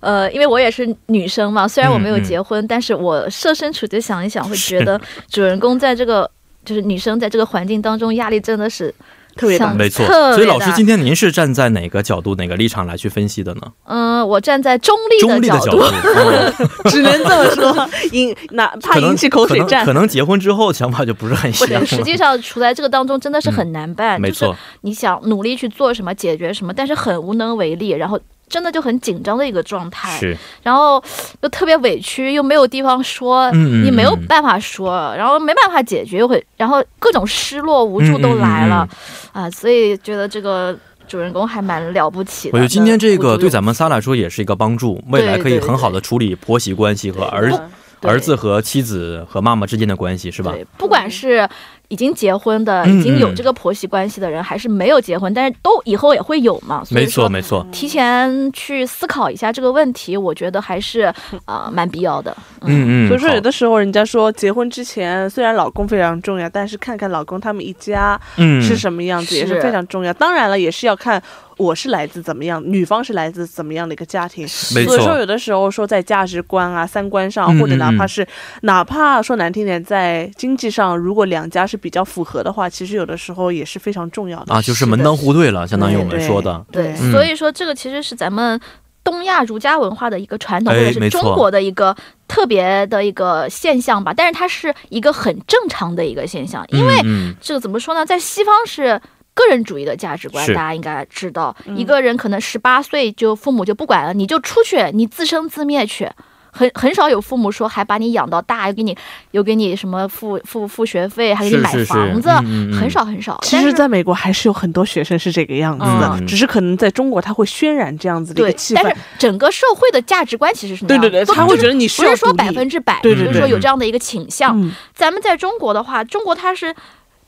[SPEAKER 3] 呃，因为我也是女生嘛，虽然我没有
[SPEAKER 1] 嗯嗯
[SPEAKER 3] 结婚，但是我设身处地想一想，会
[SPEAKER 1] 是
[SPEAKER 3] 觉得主人公在这个就是女生在这个环境当中压力真的是
[SPEAKER 2] 特别大
[SPEAKER 3] 像嗯。
[SPEAKER 1] 没错，
[SPEAKER 3] 特别
[SPEAKER 1] 所以老
[SPEAKER 3] 大
[SPEAKER 1] 师今天您是站在哪个角度、哪个立场来去分析的呢？
[SPEAKER 3] 嗯、我站在中立
[SPEAKER 1] 中立的
[SPEAKER 3] 角
[SPEAKER 1] 角度，嗯
[SPEAKER 2] 只能这么说，引 那怕
[SPEAKER 1] 可能
[SPEAKER 2] 引起口水
[SPEAKER 1] 可能
[SPEAKER 2] 战
[SPEAKER 1] 可。能结婚之后想法就不是很一
[SPEAKER 3] 或
[SPEAKER 1] 样
[SPEAKER 3] 者
[SPEAKER 1] 了。
[SPEAKER 3] 实际上处在这个当中真的是很难办，
[SPEAKER 1] 嗯没
[SPEAKER 3] 就是
[SPEAKER 1] 错，
[SPEAKER 3] 你想努力去做什么、解决什么，但是很无能为力，然后真的就很紧张的一个状
[SPEAKER 2] 哎
[SPEAKER 3] 态，
[SPEAKER 1] 是
[SPEAKER 3] 然后又特别委屈，又没有地方说，
[SPEAKER 1] 嗯嗯
[SPEAKER 3] 你没有
[SPEAKER 1] 嗯
[SPEAKER 3] 办法说，然后没办法解决，又会然后各种失落、无
[SPEAKER 1] 嗯
[SPEAKER 3] 助都来了，啊，所以觉得这个主人公还蛮了不起的。
[SPEAKER 1] 我觉得今天这
[SPEAKER 3] 孤独
[SPEAKER 1] 个
[SPEAKER 3] 勇
[SPEAKER 1] 对咱们仨来说也是一个帮助，未来可以很好的处理婆媳关系和儿
[SPEAKER 2] 对
[SPEAKER 3] 嗯对
[SPEAKER 1] 儿子和妻子和妈妈之间的关系，是吧？
[SPEAKER 3] 对，不管是已经结婚的、
[SPEAKER 1] 嗯
[SPEAKER 3] 已经有这个婆媳关系的人，还是没有结婚，但是都以后也会有嘛。所以
[SPEAKER 1] 没错，
[SPEAKER 3] 说
[SPEAKER 1] 没错。
[SPEAKER 3] 提前去思考一下这个问题，我觉得还是啊、呃蛮必要的。
[SPEAKER 1] 嗯嗯，
[SPEAKER 2] 所以说，
[SPEAKER 1] 好
[SPEAKER 2] 有的时候人家说结婚之前，虽然老公非常重要，但是看看老公他们一家
[SPEAKER 1] 嗯
[SPEAKER 2] 是什么样子也是
[SPEAKER 3] 是
[SPEAKER 2] 非常重要。当然了，也是要看我是来自怎么样，女方是来自怎么样的一个家庭。
[SPEAKER 1] 没
[SPEAKER 2] 所以说，
[SPEAKER 1] 错，
[SPEAKER 2] 有的时候说在价值观啊、三观上
[SPEAKER 1] 嗯，
[SPEAKER 2] 或者哪怕
[SPEAKER 1] 嗯
[SPEAKER 2] 是哪怕说难听点，在经济上，如果两家是比较符合的话，其实有的时候也是非常重要的
[SPEAKER 1] 啊，就是门当户对了，相当于我们说的。
[SPEAKER 3] 对，
[SPEAKER 1] 嗯
[SPEAKER 3] 所以说这个其实是咱们东亚儒家文化的一个传统，
[SPEAKER 1] 哎
[SPEAKER 3] 或者是
[SPEAKER 1] 没错
[SPEAKER 3] 中国的一个特别的一个现象吧。但是它是一个很正常的一个现象，因为
[SPEAKER 1] 嗯
[SPEAKER 3] 这个怎么说呢，在西方是。个人主义的价值观，
[SPEAKER 1] 是
[SPEAKER 3] 大家应该知道，
[SPEAKER 2] 嗯
[SPEAKER 3] 一个人可能十八岁就父母就不管了，你就出去，你自生自灭去。很很少有父母说还把你养到大，又给你又给你什么付付付学费，
[SPEAKER 1] 嗯
[SPEAKER 3] 还给你
[SPEAKER 1] 是
[SPEAKER 3] 买
[SPEAKER 1] 是是，
[SPEAKER 3] 房子，
[SPEAKER 1] 嗯嗯嗯
[SPEAKER 3] 很少很少。
[SPEAKER 2] 其
[SPEAKER 3] 但
[SPEAKER 2] 实，
[SPEAKER 3] 是
[SPEAKER 2] 在美国还是有很多学生是这个样子的，
[SPEAKER 1] 嗯
[SPEAKER 2] 只是可能在中国他会渲染这样子的一个
[SPEAKER 3] 对
[SPEAKER 2] 气，
[SPEAKER 3] 但
[SPEAKER 2] 氛
[SPEAKER 3] 是。整个社会的价值观其实是那
[SPEAKER 2] 对
[SPEAKER 3] 样的
[SPEAKER 2] 对对，
[SPEAKER 3] 不
[SPEAKER 2] 他会觉得你
[SPEAKER 3] 不
[SPEAKER 2] 要
[SPEAKER 3] 是说
[SPEAKER 2] 独立
[SPEAKER 3] 百分之百，
[SPEAKER 2] 对对
[SPEAKER 3] 就是说
[SPEAKER 1] 对
[SPEAKER 3] 有这样的一个倾向。
[SPEAKER 2] 嗯
[SPEAKER 3] 咱们在中国的话，中国它是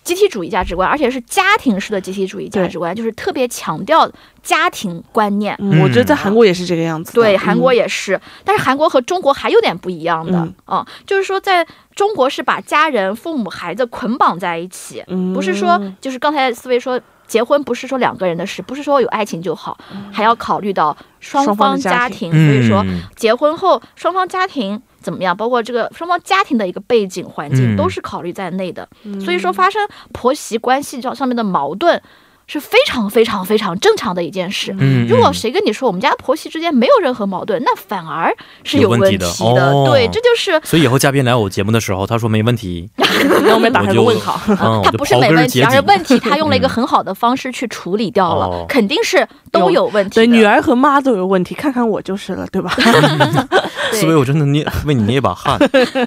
[SPEAKER 3] 集体主义价值观，而且是家庭式的集体主义价值观，就是特别强调家庭观念。
[SPEAKER 2] 嗯，我觉得在韩国也是这个样子的。嗯
[SPEAKER 3] 对，韩国
[SPEAKER 2] 也
[SPEAKER 3] 也是，但是韩国和中国还有点不一样的
[SPEAKER 2] 嗯
[SPEAKER 3] 啊、就是说在中
[SPEAKER 2] 嗯
[SPEAKER 3] 国是把家人、父母、孩子捆绑在一起，不是说就是刚才思维说结婚不是说两个人的事，不是说有爱情就好，还要考虑到双
[SPEAKER 2] 嗯双方
[SPEAKER 3] 方
[SPEAKER 2] 的家
[SPEAKER 3] 家
[SPEAKER 2] 庭
[SPEAKER 3] 庭。
[SPEAKER 1] 嗯，
[SPEAKER 3] 所以说，结婚后双方家庭怎么样，包括这个双方家庭的一个背景环境，
[SPEAKER 1] 嗯
[SPEAKER 3] 都是考虑在内的。
[SPEAKER 2] 嗯
[SPEAKER 3] 所以说，发生婆媳关系上上面的矛盾是非常非常非常正常的一件事。
[SPEAKER 1] 嗯，嗯
[SPEAKER 3] 如果谁跟你说我们家婆媳之间没有任何矛盾，那反而是
[SPEAKER 1] 有
[SPEAKER 3] 有
[SPEAKER 1] 问
[SPEAKER 3] 问
[SPEAKER 1] 题
[SPEAKER 3] 题
[SPEAKER 1] 的
[SPEAKER 3] 的。
[SPEAKER 1] 哦
[SPEAKER 3] 对，这就是
[SPEAKER 1] 所以以后嘉宾来我节目的时候，他说没问 题，
[SPEAKER 2] 然后我们打上个问号。
[SPEAKER 1] 嗯，
[SPEAKER 3] 它
[SPEAKER 1] 我就
[SPEAKER 3] 不是
[SPEAKER 1] 刨
[SPEAKER 3] 没
[SPEAKER 1] 根
[SPEAKER 3] 问
[SPEAKER 1] 结
[SPEAKER 3] 题，而是
[SPEAKER 1] 底
[SPEAKER 3] 问题他用了一个
[SPEAKER 1] 嗯
[SPEAKER 3] 很好的方式去处理掉了，
[SPEAKER 1] 哦
[SPEAKER 3] 肯定是都有问题
[SPEAKER 2] 对，
[SPEAKER 3] 的。
[SPEAKER 2] 女儿和妈都有问题，看看我就是了，对吧？
[SPEAKER 3] 对
[SPEAKER 1] 思维，我真的捏为你捏一把 汗，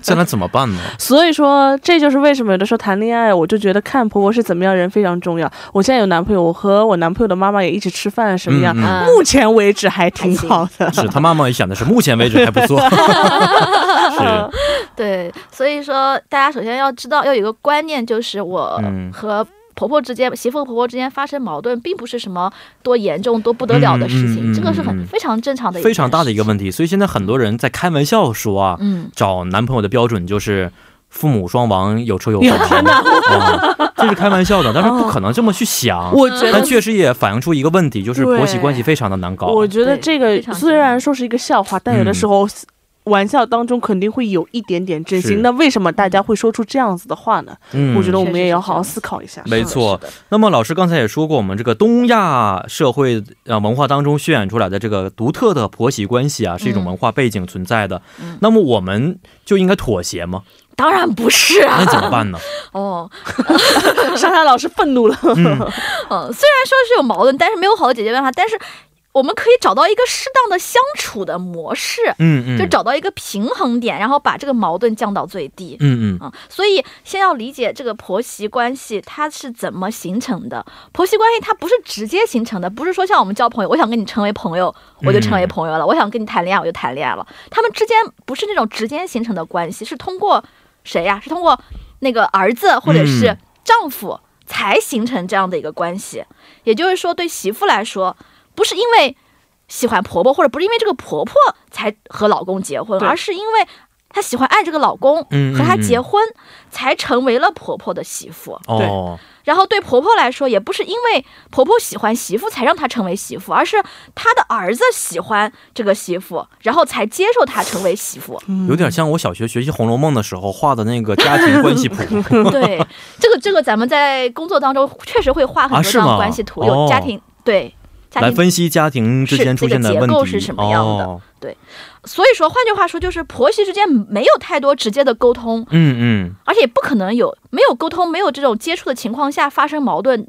[SPEAKER 1] 将来怎么办呢？
[SPEAKER 2] 所以说，这就是为什么有的时候谈恋爱，我就觉得看婆婆是怎么样人非常重要。我现在有男朋友，我和我男朋友的妈妈也一起吃饭，什么样？
[SPEAKER 1] 嗯嗯
[SPEAKER 3] 嗯
[SPEAKER 2] 目前为止还挺好 的。
[SPEAKER 1] 是他妈妈也想的是，目前为止还不错，是
[SPEAKER 3] 对，所以说大家首先要知道，要有一个观念，就是我
[SPEAKER 1] 嗯
[SPEAKER 3] 和婆婆之间、媳妇和婆婆之间发生矛盾，并不是什么多严重、多不得了的事
[SPEAKER 1] 嗯嗯
[SPEAKER 3] 情，
[SPEAKER 1] 嗯
[SPEAKER 3] 这个是
[SPEAKER 1] 嗯嗯
[SPEAKER 3] 很非常正常的、
[SPEAKER 1] 非常大的一个
[SPEAKER 3] 题。
[SPEAKER 1] 问题。所以现在很多人在开玩笑说啊，
[SPEAKER 3] 嗯，
[SPEAKER 1] 找男朋友的标准就是父母双亡，有车有房。天这是开玩笑的，但是不可能这么去想。
[SPEAKER 2] 我觉
[SPEAKER 1] 但
[SPEAKER 2] 得，
[SPEAKER 1] 确实也反映出一个问题，就是婆媳关系非常的难搞。嗯
[SPEAKER 2] 我觉得这个
[SPEAKER 3] 非常
[SPEAKER 2] 虽然说是一个笑话，但有的时候。玩笑当中肯定会有一点点真
[SPEAKER 1] 是
[SPEAKER 2] 心，那为什么大家会说出这样子的话呢？
[SPEAKER 1] 嗯
[SPEAKER 2] 我觉得我们
[SPEAKER 3] 确实
[SPEAKER 2] 也
[SPEAKER 3] 是
[SPEAKER 2] 要
[SPEAKER 3] 这
[SPEAKER 2] 好好
[SPEAKER 3] 样
[SPEAKER 2] 思考一下。
[SPEAKER 1] 没
[SPEAKER 3] 是的
[SPEAKER 1] 错。
[SPEAKER 3] 是的
[SPEAKER 1] 那么老师刚才也说过，我们这个东亚社会呃文化当中渲染出来的这个独特的婆媳关系啊，是一种
[SPEAKER 3] 嗯
[SPEAKER 1] 文化背景存在的。
[SPEAKER 3] 嗯
[SPEAKER 1] 那么我们就应该妥协吗？
[SPEAKER 3] 当然不是啊
[SPEAKER 1] 那，怎么 办呢？
[SPEAKER 3] 哦，
[SPEAKER 2] 莎莎老师愤怒了，
[SPEAKER 1] 嗯
[SPEAKER 3] 嗯，虽然说是有矛盾，但是没有好的解决办法，但是我们可以找到一个适当的相处的模式，
[SPEAKER 1] 嗯嗯，
[SPEAKER 3] 就找到一个平衡点，然后把这个矛盾降到最低。
[SPEAKER 1] 嗯嗯
[SPEAKER 3] 啊、所以先要理解这个婆媳关系它是怎么形成的。婆媳关系它不是直接形成的，不是说像我们交朋友，我想跟你成为朋友，我就成
[SPEAKER 1] 嗯
[SPEAKER 3] 为朋友了；我想跟你谈恋爱，我就谈恋爱了。他们之间不是那种直接形成的关系，是通过谁呀、是通过那个儿子或者是
[SPEAKER 1] 嗯
[SPEAKER 3] 丈夫才形成这样的一个关系。也就是说，对媳妇来说，不是因为喜欢婆婆，或者不是因为这个婆婆才和老公结婚，
[SPEAKER 2] 对
[SPEAKER 3] 而是因为她喜欢爱这个老公，
[SPEAKER 1] 嗯嗯
[SPEAKER 3] 和她结
[SPEAKER 1] 嗯
[SPEAKER 3] 婚才成为了婆婆的媳妇。
[SPEAKER 1] 哦，
[SPEAKER 3] 然后对婆婆来说，也不是因为婆婆喜欢媳妇才让她成为媳妇，而是她的儿子喜欢这个媳妇，然后才接受她成为 媳妇。
[SPEAKER 1] 有点像我小学学习《红楼梦》的时候画的那个家庭关 系谱。
[SPEAKER 3] 对，这个这个咱们在工作当中确实会画
[SPEAKER 1] 啊
[SPEAKER 3] 很多
[SPEAKER 1] 是
[SPEAKER 3] 这样
[SPEAKER 1] 吗哦
[SPEAKER 3] 的关系图，有家庭、对家
[SPEAKER 1] 来
[SPEAKER 3] 庭
[SPEAKER 1] 分析家庭之间出现的问题
[SPEAKER 3] 是这个结构是什么样的
[SPEAKER 1] 哦、
[SPEAKER 3] 所以说，换句话说，就是婆媳之间没有太多直接的沟通，
[SPEAKER 1] 嗯
[SPEAKER 3] 而且也不可能有没有沟通、没有这种接触的情况下发生矛盾，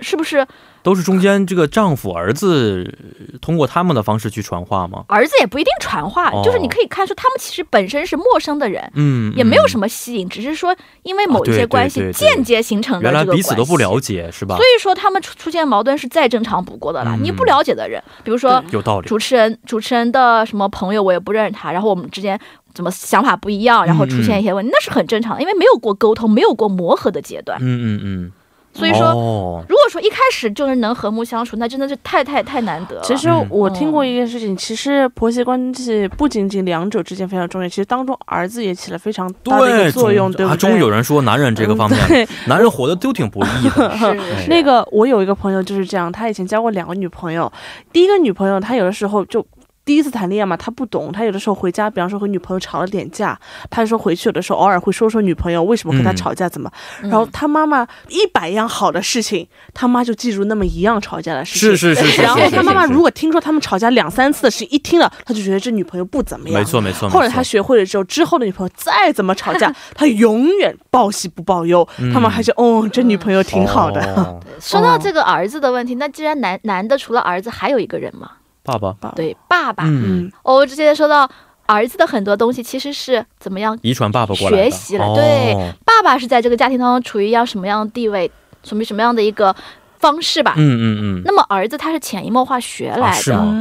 [SPEAKER 3] 是不是？
[SPEAKER 1] 嗯，都是中间这个丈夫儿子呃通过他们的方式去传话吗？
[SPEAKER 3] 儿子也不一定传话，
[SPEAKER 1] 哦
[SPEAKER 3] 就是你可以看出他们其实本身是陌生的人，
[SPEAKER 1] 嗯，
[SPEAKER 3] 也没有什
[SPEAKER 1] 么，
[SPEAKER 3] 么吸引，只是说因为
[SPEAKER 1] 啊
[SPEAKER 3] 某一
[SPEAKER 1] 对对
[SPEAKER 3] 些关系
[SPEAKER 1] 对对
[SPEAKER 3] 间接形成的
[SPEAKER 1] 原
[SPEAKER 3] 这
[SPEAKER 1] 来
[SPEAKER 3] 个关系。
[SPEAKER 1] 彼此都不了解是吧
[SPEAKER 3] 所？以说他们出出现矛盾是再正常不过的了。
[SPEAKER 1] 嗯
[SPEAKER 3] 你不了解的人，比如说
[SPEAKER 2] 对
[SPEAKER 1] 有道理。
[SPEAKER 3] 主持人主持人的什么朋友，我也不认识他，然后我们之间怎么想法不一样，然后出
[SPEAKER 1] 嗯
[SPEAKER 3] 现一些问题，那是很正常的，因为没有过沟通，没有过磨合的阶段，
[SPEAKER 1] 嗯嗯嗯，
[SPEAKER 3] 所以说。
[SPEAKER 1] 哦、
[SPEAKER 3] 如果说一开始就是能和睦相处，那真的是太太太难得了。
[SPEAKER 2] 其实我听过一件事情，其实婆媳关系不仅仅两者之间非常重要，其实当中儿子也起了非常大的一
[SPEAKER 1] 对
[SPEAKER 2] 个作用，
[SPEAKER 1] 总
[SPEAKER 2] 对不
[SPEAKER 1] 啊，
[SPEAKER 2] 对？
[SPEAKER 1] 终于有人说男人这个 方面了，
[SPEAKER 2] 嗯对
[SPEAKER 1] 男人活得都挺不易的。
[SPEAKER 3] 是
[SPEAKER 1] 哎
[SPEAKER 3] 是
[SPEAKER 2] 那个我有一个朋友就是这样，他以前交过两个女朋友，第一个女朋友她有的时候就。第一次谈恋爱嘛，他不懂，他有的时候回家，比方说和女朋友吵了点架，他说回去有的时候偶尔会说说女朋友为什么和他
[SPEAKER 1] 嗯
[SPEAKER 2] 吵架，怎么、
[SPEAKER 3] 嗯
[SPEAKER 2] 然后他妈妈一百样好的事情，他妈就记住那么一样吵架的事情，
[SPEAKER 1] 是是是是，
[SPEAKER 2] 然后
[SPEAKER 1] 是
[SPEAKER 2] 他妈妈
[SPEAKER 1] 是是
[SPEAKER 2] 如果听说他们吵架两三次的事情，一听了他就觉得这女朋友不怎么样。
[SPEAKER 1] 没。错没错，
[SPEAKER 2] 后来
[SPEAKER 1] 没错
[SPEAKER 2] 他学会了之后，之后的女朋友再怎么吵架，他永远报喜不报忧。
[SPEAKER 1] 嗯
[SPEAKER 2] 他们还觉得，哦，这女朋友挺好的。
[SPEAKER 1] 哦
[SPEAKER 3] 说到这个儿子的问题，那既然男男的除了儿子还有一个人嘛，
[SPEAKER 1] 爸爸，
[SPEAKER 3] 对，爸爸。
[SPEAKER 1] 嗯，
[SPEAKER 2] 嗯，
[SPEAKER 3] 哦，我之前说到儿子的很多东西其实是怎么样，
[SPEAKER 1] 遗传爸爸过来的
[SPEAKER 3] 学习了对
[SPEAKER 1] 哦
[SPEAKER 3] 爸爸是在这个家庭当中处于一样什么样的地位，处于什么样的一个方式吧。
[SPEAKER 1] 嗯嗯嗯，
[SPEAKER 3] 那么儿子他是潜移默化学
[SPEAKER 1] 啊
[SPEAKER 3] 来
[SPEAKER 1] 是
[SPEAKER 3] 的，嗯
[SPEAKER 1] 吗？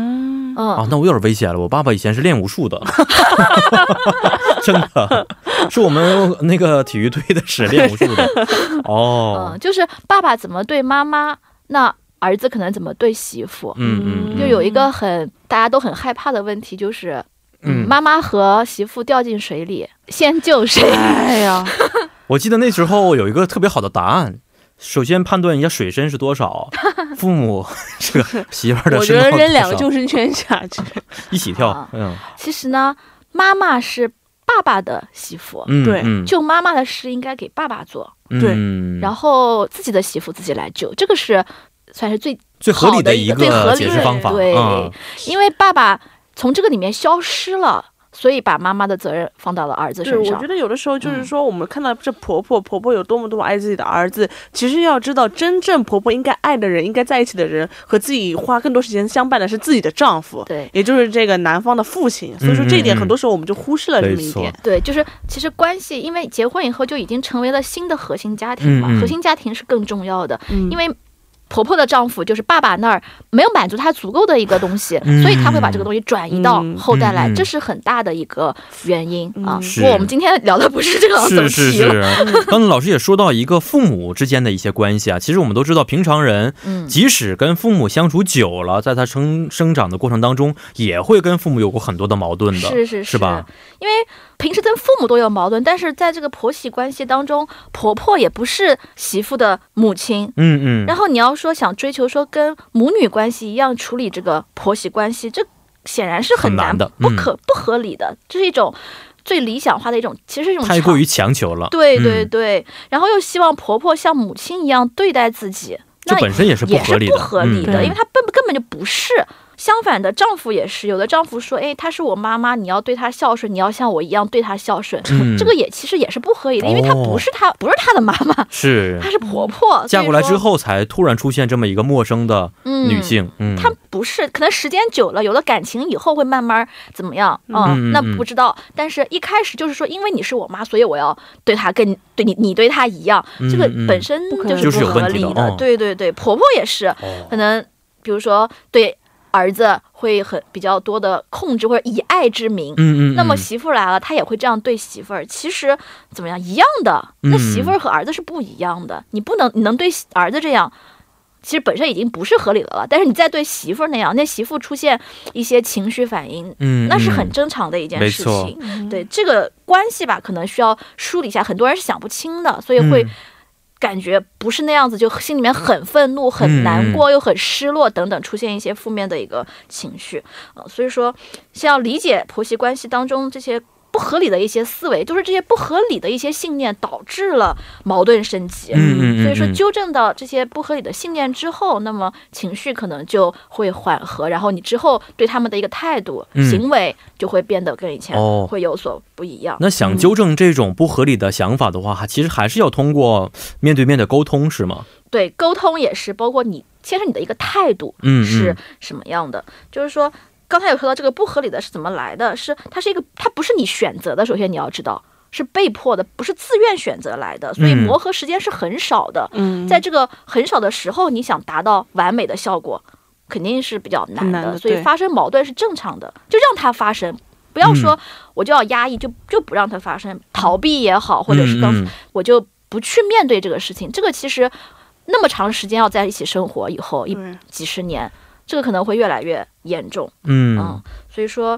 [SPEAKER 2] 嗯
[SPEAKER 1] 啊，那我有点危险了。我爸爸以前是练武术的， 真的是我们那个体育队的是练武术的。
[SPEAKER 3] 嗯
[SPEAKER 1] 哦
[SPEAKER 3] 嗯，，就是爸爸怎么对妈妈，那儿子可能怎么对媳妇，
[SPEAKER 1] 嗯嗯，
[SPEAKER 3] 就有一个很大家都很害怕的问题，就是
[SPEAKER 1] 嗯，
[SPEAKER 3] 妈妈和媳妇掉进水里，先救谁？
[SPEAKER 2] 哎呀，
[SPEAKER 1] 我记得那时候有一个特别好的答案，首先判断一下水深是多少，父 母这个媳妇儿的
[SPEAKER 2] 我
[SPEAKER 1] 身
[SPEAKER 2] 觉得
[SPEAKER 1] 高
[SPEAKER 2] 扔
[SPEAKER 1] 多
[SPEAKER 2] 两个
[SPEAKER 1] 少
[SPEAKER 2] 救生圈下 去，
[SPEAKER 1] 一起跳
[SPEAKER 3] 啊，
[SPEAKER 1] 嗯
[SPEAKER 3] 其实呢，妈妈是爸爸的媳妇，
[SPEAKER 1] 嗯，
[SPEAKER 2] 对
[SPEAKER 1] 嗯
[SPEAKER 3] 救妈妈的事应该给爸爸做，
[SPEAKER 2] 对
[SPEAKER 1] 嗯、
[SPEAKER 3] 然后自己的媳妇自己来救，这个是算是最，
[SPEAKER 1] 最合理
[SPEAKER 3] 好的
[SPEAKER 1] 一
[SPEAKER 3] 一个最合
[SPEAKER 1] 个
[SPEAKER 3] 理
[SPEAKER 1] 解释方法，
[SPEAKER 3] 对
[SPEAKER 1] 嗯
[SPEAKER 3] 因为爸爸从这个里面消失了，所以把妈妈的责任放到了儿子
[SPEAKER 2] 对，
[SPEAKER 3] 身
[SPEAKER 2] 我
[SPEAKER 3] 上
[SPEAKER 2] 觉。得有的时候就是
[SPEAKER 3] 嗯
[SPEAKER 2] 说，我们看到这婆婆、婆婆有多么多么爱自己的儿子，其实要知道，真正婆婆应该爱的人、应该在一起的人，和自己花更多时间相伴的是自己的丈夫，
[SPEAKER 3] 对
[SPEAKER 2] 也就是这个男方的父亲。所以
[SPEAKER 1] 嗯
[SPEAKER 2] 说这一点，很多时候我们就忽视了这么一点。
[SPEAKER 3] 对，就是其实关系，因为结婚以后就已经成为了新的核心家庭嘛，
[SPEAKER 1] 嗯嗯
[SPEAKER 3] 核心家庭是更重要的，
[SPEAKER 2] 嗯
[SPEAKER 3] 因为婆婆的丈夫就是爸爸那儿没有满足她足够的一个东西，
[SPEAKER 1] 嗯
[SPEAKER 3] 所以她会把这个东西转移到
[SPEAKER 2] 嗯
[SPEAKER 3] 后代来，
[SPEAKER 1] 嗯嗯
[SPEAKER 3] 这是很大的一个原因、啊
[SPEAKER 2] 嗯。
[SPEAKER 3] 不过
[SPEAKER 1] 是
[SPEAKER 3] 我们今天聊的不是这个 总题了，
[SPEAKER 1] 是是是， 刚才老师也说到一个父母之间的一些关系啊，其实我们都知道，平常人
[SPEAKER 3] 嗯，
[SPEAKER 1] 即使跟父母相处久了，在他生生长的过程当中，也会跟父母有过很多的矛盾的，
[SPEAKER 3] 是是
[SPEAKER 1] 是吧？？
[SPEAKER 3] 因为平时跟父母都有矛盾，但是在这个婆媳关系当中，婆婆也不是媳妇的母亲，
[SPEAKER 1] 嗯嗯，
[SPEAKER 3] 然后你要说想追求说跟母女关系一样处理这个婆媳关系，这显然是
[SPEAKER 1] 很
[SPEAKER 3] 难
[SPEAKER 1] 难的嗯
[SPEAKER 3] 不可、不合理的，这是一种最理想化的一种，其实是一种
[SPEAKER 1] 太过
[SPEAKER 3] 常
[SPEAKER 1] 于强求了，
[SPEAKER 3] 对对
[SPEAKER 1] 嗯
[SPEAKER 3] 对、然后又希望婆婆像母亲一样对待自己，
[SPEAKER 1] 这
[SPEAKER 3] 那
[SPEAKER 1] 本身也是不
[SPEAKER 3] 也
[SPEAKER 1] 合
[SPEAKER 3] 是
[SPEAKER 1] 理
[SPEAKER 3] 不
[SPEAKER 1] 的，嗯
[SPEAKER 3] 合理的，
[SPEAKER 2] 对
[SPEAKER 3] 因为她根本根本就不是。相反的，丈夫也是，有的丈夫说：“哎，她是我妈妈，你要对她孝顺，你要像我一样对她孝顺。
[SPEAKER 1] 嗯
[SPEAKER 3] 这个也其实也是不合理的，因为她
[SPEAKER 1] 哦
[SPEAKER 3] 不是她、不是她的妈妈，
[SPEAKER 1] 是
[SPEAKER 3] 她是婆婆。
[SPEAKER 1] 嫁
[SPEAKER 3] 所以
[SPEAKER 1] 过来之
[SPEAKER 3] 说，
[SPEAKER 1] 后才突然出现这么一个陌生的
[SPEAKER 3] 嗯，
[SPEAKER 1] 女性，嗯，
[SPEAKER 3] 他不是，可能时间久了，有了感情以后会慢慢怎么样啊、
[SPEAKER 1] 嗯嗯嗯
[SPEAKER 3] 那不知道。但是一开始就是说，因为你是我妈，所以我要对她跟对你，你对她一样，
[SPEAKER 1] 嗯
[SPEAKER 3] 这个
[SPEAKER 1] 嗯
[SPEAKER 3] 本身
[SPEAKER 2] 不可
[SPEAKER 3] 就
[SPEAKER 2] 能就是
[SPEAKER 3] 不
[SPEAKER 2] 有
[SPEAKER 3] 合
[SPEAKER 1] 问题
[SPEAKER 3] 理
[SPEAKER 1] 的
[SPEAKER 3] 的。
[SPEAKER 1] 哦
[SPEAKER 3] 对对对，婆婆也是，
[SPEAKER 1] 哦
[SPEAKER 3] 可能比如说对儿子会很比较多的控制或者以爱之名。
[SPEAKER 1] 嗯嗯，
[SPEAKER 3] 那么
[SPEAKER 1] 嗯
[SPEAKER 3] 媳妇来了，她也会这样对媳妇儿。其实怎么样，一样的。
[SPEAKER 1] 嗯
[SPEAKER 3] 那媳妇儿和儿子是不一样的，你不能你能对儿子这样，其实本身已经不是合理的了。但是你再对媳妇儿那样，那媳妇出现一些情绪反应，
[SPEAKER 1] 嗯，
[SPEAKER 3] 那是很
[SPEAKER 1] 嗯
[SPEAKER 3] 正常的一件
[SPEAKER 1] 没
[SPEAKER 3] 事
[SPEAKER 1] 错
[SPEAKER 3] 情。
[SPEAKER 2] 嗯
[SPEAKER 3] 对这个关系吧，可能需要梳理一下，很多人是想不清的，所以会
[SPEAKER 1] 嗯
[SPEAKER 3] 感觉不是那样子，就心里面很愤怒、很难
[SPEAKER 1] 嗯
[SPEAKER 3] 过，又很失落等等，出现一些负面的一个情绪呃。所以说，先要理解婆媳关系当中这些不合理的一些思维，就是这些不合理的一些信念导致了矛盾升级。
[SPEAKER 1] 嗯嗯嗯
[SPEAKER 3] 所以说
[SPEAKER 1] 嗯
[SPEAKER 3] 纠正到这些不合理的信念之后，那么情绪可能就会缓和，然后你之后对他们的一个态度、
[SPEAKER 1] 嗯
[SPEAKER 3] 行为就会变得跟以前
[SPEAKER 1] 哦
[SPEAKER 3] 会有所不一样。
[SPEAKER 1] 那想纠正这种不合理的想法的话，还其实还是要通过面对面的沟通，是吗？
[SPEAKER 3] 对，沟通也是，包括你先是你的一个态度
[SPEAKER 1] 嗯，嗯
[SPEAKER 3] 是什么样的，就是说。刚才有说到这个不合理的是怎么来的，是它是一个，它不是你选择的。首先你要知道是被迫的，不是自愿选择来的，所以
[SPEAKER 1] 嗯
[SPEAKER 3] 磨合时间是很少的。
[SPEAKER 2] 嗯，
[SPEAKER 3] 在这个很少的时候，你想达到完美的效果，肯定是比较难
[SPEAKER 2] 很
[SPEAKER 3] 的。
[SPEAKER 2] 难的
[SPEAKER 3] 所以
[SPEAKER 2] 对
[SPEAKER 3] 发生矛盾是正常的，就让它发生，不要
[SPEAKER 1] 嗯
[SPEAKER 3] 说我就要压抑，就就不让它发生，逃避也好，或者是当、
[SPEAKER 1] 嗯嗯
[SPEAKER 3] 我就不去面对这个事情。这个其实那么长时间要在一起生活以后，一
[SPEAKER 2] 对
[SPEAKER 3] 几十年，这个可能会越来越严重。
[SPEAKER 1] 嗯
[SPEAKER 3] 嗯，所以说，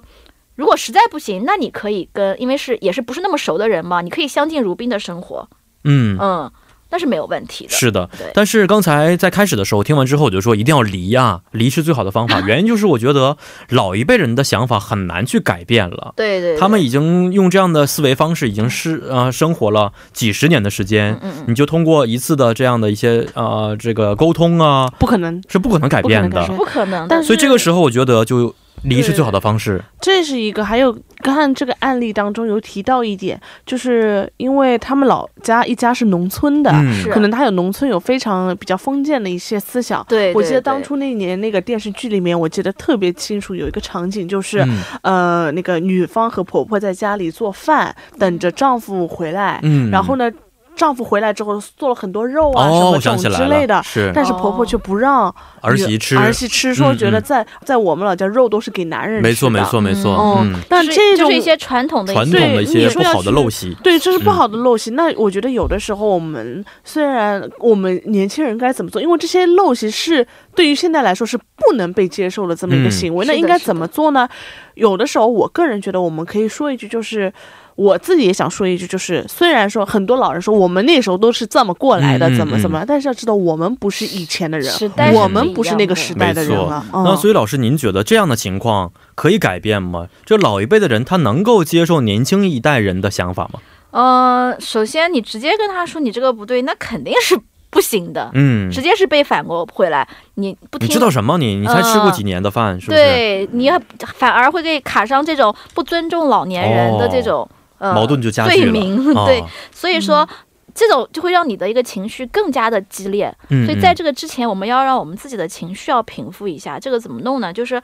[SPEAKER 3] 如果实在不行，那你可以跟，因为是也是不是那么熟的人嘛，你可以相敬如宾的生活，
[SPEAKER 1] 嗯
[SPEAKER 3] 嗯，那是没有问题的。
[SPEAKER 1] 是的
[SPEAKER 3] 对，
[SPEAKER 1] 但是刚才在开始的时候听完之后，我就说一定要离啊，离是最好的方 法。原因就是我觉得老一辈人的想法很难去改变了，
[SPEAKER 3] 对对对，
[SPEAKER 1] 他们已经用这样的思维方式已经是呃生活了几十年的时间
[SPEAKER 3] 嗯，嗯嗯
[SPEAKER 1] 你就通过一次的这样的一些呃这个沟通啊，
[SPEAKER 2] 不可能，
[SPEAKER 1] 是不可能改变
[SPEAKER 2] 不可能改
[SPEAKER 1] 的。
[SPEAKER 2] 变
[SPEAKER 3] 嗯不可能的，
[SPEAKER 2] 但是
[SPEAKER 1] 所以这个时候，我觉得就离是最好的方式。
[SPEAKER 2] 这是一个，还有看这个案例当中有提到一点，就是因为他们老家一家是农村的，
[SPEAKER 1] 嗯
[SPEAKER 3] 是啊
[SPEAKER 2] 可能他有农村有非常比较封建的一些思想。
[SPEAKER 3] 对，
[SPEAKER 2] 我记
[SPEAKER 3] 对
[SPEAKER 2] 得当初那年那个电视剧里面，我记得特别清楚，有一个场景就是，
[SPEAKER 1] 嗯
[SPEAKER 2] 呃，那个女方和婆婆在家里做饭，等着丈夫回来，
[SPEAKER 1] 嗯，
[SPEAKER 2] 然后呢，丈夫回来之后做了很多肉啊、
[SPEAKER 1] 哦，我
[SPEAKER 2] 什
[SPEAKER 1] 想
[SPEAKER 2] 么
[SPEAKER 1] 起
[SPEAKER 2] 这种
[SPEAKER 1] 来
[SPEAKER 2] 之类的
[SPEAKER 1] 了，，是
[SPEAKER 2] 但是婆
[SPEAKER 3] 哦
[SPEAKER 2] 婆却不让
[SPEAKER 1] 儿
[SPEAKER 2] 女
[SPEAKER 1] 媳吃，
[SPEAKER 2] 儿媳吃，说
[SPEAKER 1] 嗯
[SPEAKER 2] 觉得
[SPEAKER 1] 嗯
[SPEAKER 2] 在、在我们老家肉都是给男人吃的，
[SPEAKER 1] 没错没错没错，
[SPEAKER 2] 嗯
[SPEAKER 1] 嗯，
[SPEAKER 2] 但
[SPEAKER 3] 就
[SPEAKER 2] 这
[SPEAKER 3] 是
[SPEAKER 2] 种
[SPEAKER 3] 就是一些传统的一
[SPEAKER 1] 传
[SPEAKER 3] 些
[SPEAKER 1] 统的一
[SPEAKER 2] 对
[SPEAKER 1] 些
[SPEAKER 2] 你说
[SPEAKER 1] 不
[SPEAKER 2] 要
[SPEAKER 1] 好的
[SPEAKER 2] 去
[SPEAKER 1] 陋习，
[SPEAKER 2] 对，这是不
[SPEAKER 1] 嗯
[SPEAKER 2] 好的陋习。那我觉得有的时候我们虽然我们年轻人该怎么做，因为这些陋习是对于现在来说是不能被接受的这么一个
[SPEAKER 1] 嗯
[SPEAKER 2] 行为，那
[SPEAKER 3] 是
[SPEAKER 2] 应
[SPEAKER 3] 的
[SPEAKER 2] 该
[SPEAKER 3] 是
[SPEAKER 2] 怎
[SPEAKER 3] 的
[SPEAKER 2] 么做呢？有的时候，我个人觉得我们可以说一句，就是我自己也想说一句，就是虽然说很多老人说我们那时候都是这么过来的，
[SPEAKER 1] 嗯嗯
[SPEAKER 2] 怎么
[SPEAKER 1] 嗯
[SPEAKER 2] 怎么，但是要知道我们不是以前的人，
[SPEAKER 3] 时代
[SPEAKER 1] 是
[SPEAKER 2] 我
[SPEAKER 1] 不
[SPEAKER 2] 们
[SPEAKER 3] 一
[SPEAKER 2] 不是
[SPEAKER 3] 样
[SPEAKER 2] 那个
[SPEAKER 3] 的
[SPEAKER 2] 时代的人了。
[SPEAKER 1] 那
[SPEAKER 2] 嗯，
[SPEAKER 1] 所以老师，您觉得这样的情况可以改变吗？这老一辈的人他能够接受年轻一代人的想法吗？
[SPEAKER 3] 呃，首先你直接跟他说你这个不对，那肯定是不行的，
[SPEAKER 1] 嗯，
[SPEAKER 3] 直接是被反驳回来。你不
[SPEAKER 1] 你
[SPEAKER 3] 听，
[SPEAKER 1] 知道什么？你
[SPEAKER 2] 嗯
[SPEAKER 1] 你才吃过几年的饭，是不是？
[SPEAKER 3] 对你还反而会给卡上这种不尊重老年人的这种、呃
[SPEAKER 1] 哦矛盾就加剧
[SPEAKER 3] 罪
[SPEAKER 1] 了。
[SPEAKER 3] 名。
[SPEAKER 1] 啊
[SPEAKER 3] 对，，所以说。这种就会让你的一个情绪更加的激烈，
[SPEAKER 1] 嗯，
[SPEAKER 3] 所以在
[SPEAKER 1] 嗯
[SPEAKER 3] 这个之前，我们要让我们自己的情绪要平复一下。这个怎么弄呢？就是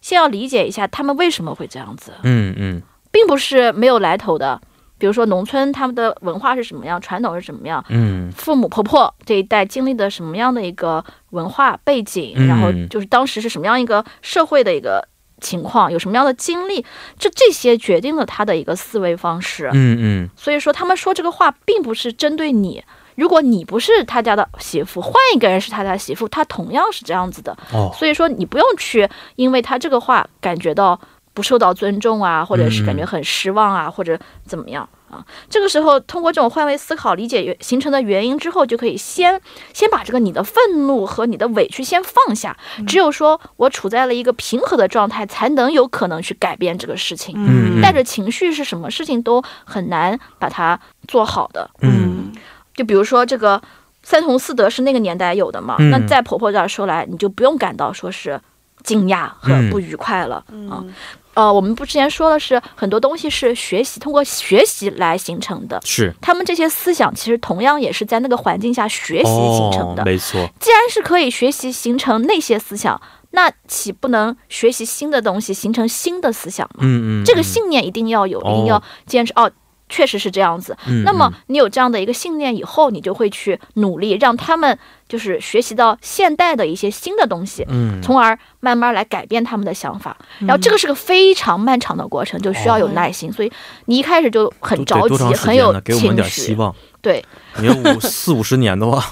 [SPEAKER 3] 先要理解一下他们为什么会这样子，
[SPEAKER 1] 嗯嗯
[SPEAKER 3] 并不是没有来头的。比如说农村他们的文化是什么样，传统是什么样，
[SPEAKER 1] 嗯
[SPEAKER 3] 父母婆婆这一代经历的什么样的一个文化背景，
[SPEAKER 1] 嗯
[SPEAKER 3] 然后就是当时是什么样一个社会的一个情况，有什么样的经历，这这些决定了他的一个思维方式。
[SPEAKER 1] 嗯嗯
[SPEAKER 3] 所以说，他们说这个话并不是针对你。如果你不是他家的媳妇，换一个人是他家媳妇，他同样是这样子的。
[SPEAKER 1] 哦，
[SPEAKER 3] 所以说，你不用去因为他这个话感觉到不受到尊重啊，或者是感觉很失望啊，或者怎么样啊。这个时候，通过这种换位思考理解原形成的原因之后，就可以先先把这个你的愤怒和你的委屈先放下。只有说我处在了一个平和的状态，才能有可能去改变这个事情。
[SPEAKER 1] 嗯
[SPEAKER 3] 带着情绪是什么事情都很难把它做好的。
[SPEAKER 1] 嗯
[SPEAKER 3] 就比如说这个三从四德是那个年代有的嘛，
[SPEAKER 1] 嗯
[SPEAKER 3] 那在婆婆这儿说来，你就不用感到说是惊讶和
[SPEAKER 1] 嗯
[SPEAKER 3] 不愉快了、啊。呃，我们不之前说的是很多东西是学习通过学习来形成的，
[SPEAKER 1] 是
[SPEAKER 3] 他们这些思想其实同样也是在那个环境下学习形成的。
[SPEAKER 1] 哦、没错，
[SPEAKER 3] 既然是可以学习形成那些思想，那岂不能学习新的东西，形成新的思想吗？
[SPEAKER 1] 嗯嗯，
[SPEAKER 3] 这个
[SPEAKER 1] 嗯，
[SPEAKER 3] 信念一定要有，
[SPEAKER 1] 哦
[SPEAKER 3] 一定要坚持。哦，确实是这样子。
[SPEAKER 1] 嗯
[SPEAKER 3] 那么
[SPEAKER 1] 嗯
[SPEAKER 3] 你有这样的一个信念以后，你就会去努力让他们就是学习到现代的一些新的东西，
[SPEAKER 1] 嗯，
[SPEAKER 3] 从而慢慢来改变他们的想法。然后这个是个非常漫长的过程，就需要有耐心。所以你一开始就
[SPEAKER 1] 哦
[SPEAKER 3] 很
[SPEAKER 1] 都
[SPEAKER 3] 着
[SPEAKER 1] 得多
[SPEAKER 3] 急
[SPEAKER 1] 长，时
[SPEAKER 3] 很
[SPEAKER 1] 间
[SPEAKER 3] 有
[SPEAKER 1] 呢？给我们
[SPEAKER 3] 情
[SPEAKER 1] 点希
[SPEAKER 3] 绪。
[SPEAKER 1] 望。
[SPEAKER 3] 对，
[SPEAKER 1] 你要五四五十年的话，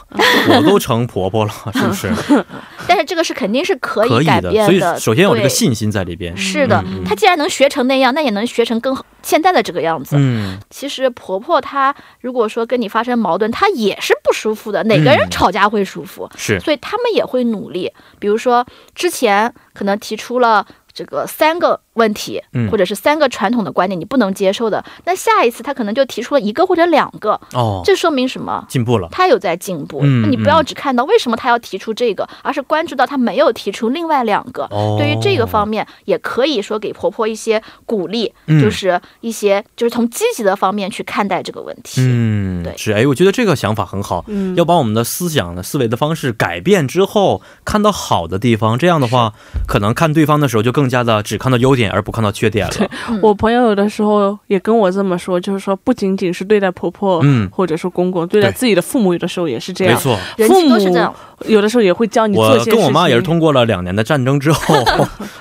[SPEAKER 1] 我都成婆婆了，是不是？
[SPEAKER 3] 但是这个是肯定是嗯可
[SPEAKER 1] 可以
[SPEAKER 3] 改
[SPEAKER 1] 的，
[SPEAKER 3] 变
[SPEAKER 1] 所以首先有这个
[SPEAKER 3] 对
[SPEAKER 1] 信心在里边。
[SPEAKER 3] 是的
[SPEAKER 1] 嗯嗯，
[SPEAKER 3] 他既然能学成那样，那也能学成更好现在的这个样子。
[SPEAKER 1] 嗯，
[SPEAKER 3] 其实婆婆她如果说跟你发生矛盾，她也是不舒服的。哪个
[SPEAKER 1] 嗯
[SPEAKER 3] 人吵架会舒服？
[SPEAKER 1] 是，
[SPEAKER 3] 所以他们也会努力。比如说之前可能提出了这个三个问题，
[SPEAKER 1] 嗯
[SPEAKER 3] 或者是三个传统的观念你不能接受的，那下一次他可能就提出了一个或者两个，
[SPEAKER 1] 哦，
[SPEAKER 3] 这说明什么？
[SPEAKER 1] 进步了。
[SPEAKER 3] 他有在进步，
[SPEAKER 1] 嗯
[SPEAKER 3] 那你
[SPEAKER 1] 嗯
[SPEAKER 3] 不要只看到为什么他要提出这个，而是关注到他没有提出另外两个。
[SPEAKER 1] 哦，
[SPEAKER 3] 对于这个方面，也可以说给婆婆一些鼓励，
[SPEAKER 1] 嗯
[SPEAKER 3] 就是一些就是从积极的方面去看待这个问题。
[SPEAKER 1] 嗯，
[SPEAKER 3] 对
[SPEAKER 1] 是哎，我觉得这个想法很好，
[SPEAKER 2] 嗯
[SPEAKER 1] 要把我们的思想的思维的方式改变之后，看到好的地方，这样的话，可能看对方的时候就更加的只看到优点而不看到缺点了。
[SPEAKER 2] 我朋友有的时候也跟我这么说，就是说不仅仅是对待婆婆，
[SPEAKER 1] 嗯
[SPEAKER 2] 或者说公公，对待
[SPEAKER 1] 对
[SPEAKER 2] 自己的父母，有的时候也是这
[SPEAKER 1] 没
[SPEAKER 2] 样。
[SPEAKER 1] 错，
[SPEAKER 3] 人
[SPEAKER 2] 父
[SPEAKER 3] 性
[SPEAKER 2] 母
[SPEAKER 3] 都是这样，
[SPEAKER 2] 有的时候也会教你做一
[SPEAKER 1] 我
[SPEAKER 2] 些事
[SPEAKER 1] 跟
[SPEAKER 2] 情。
[SPEAKER 1] 我妈也是通过了两年的战争 之后，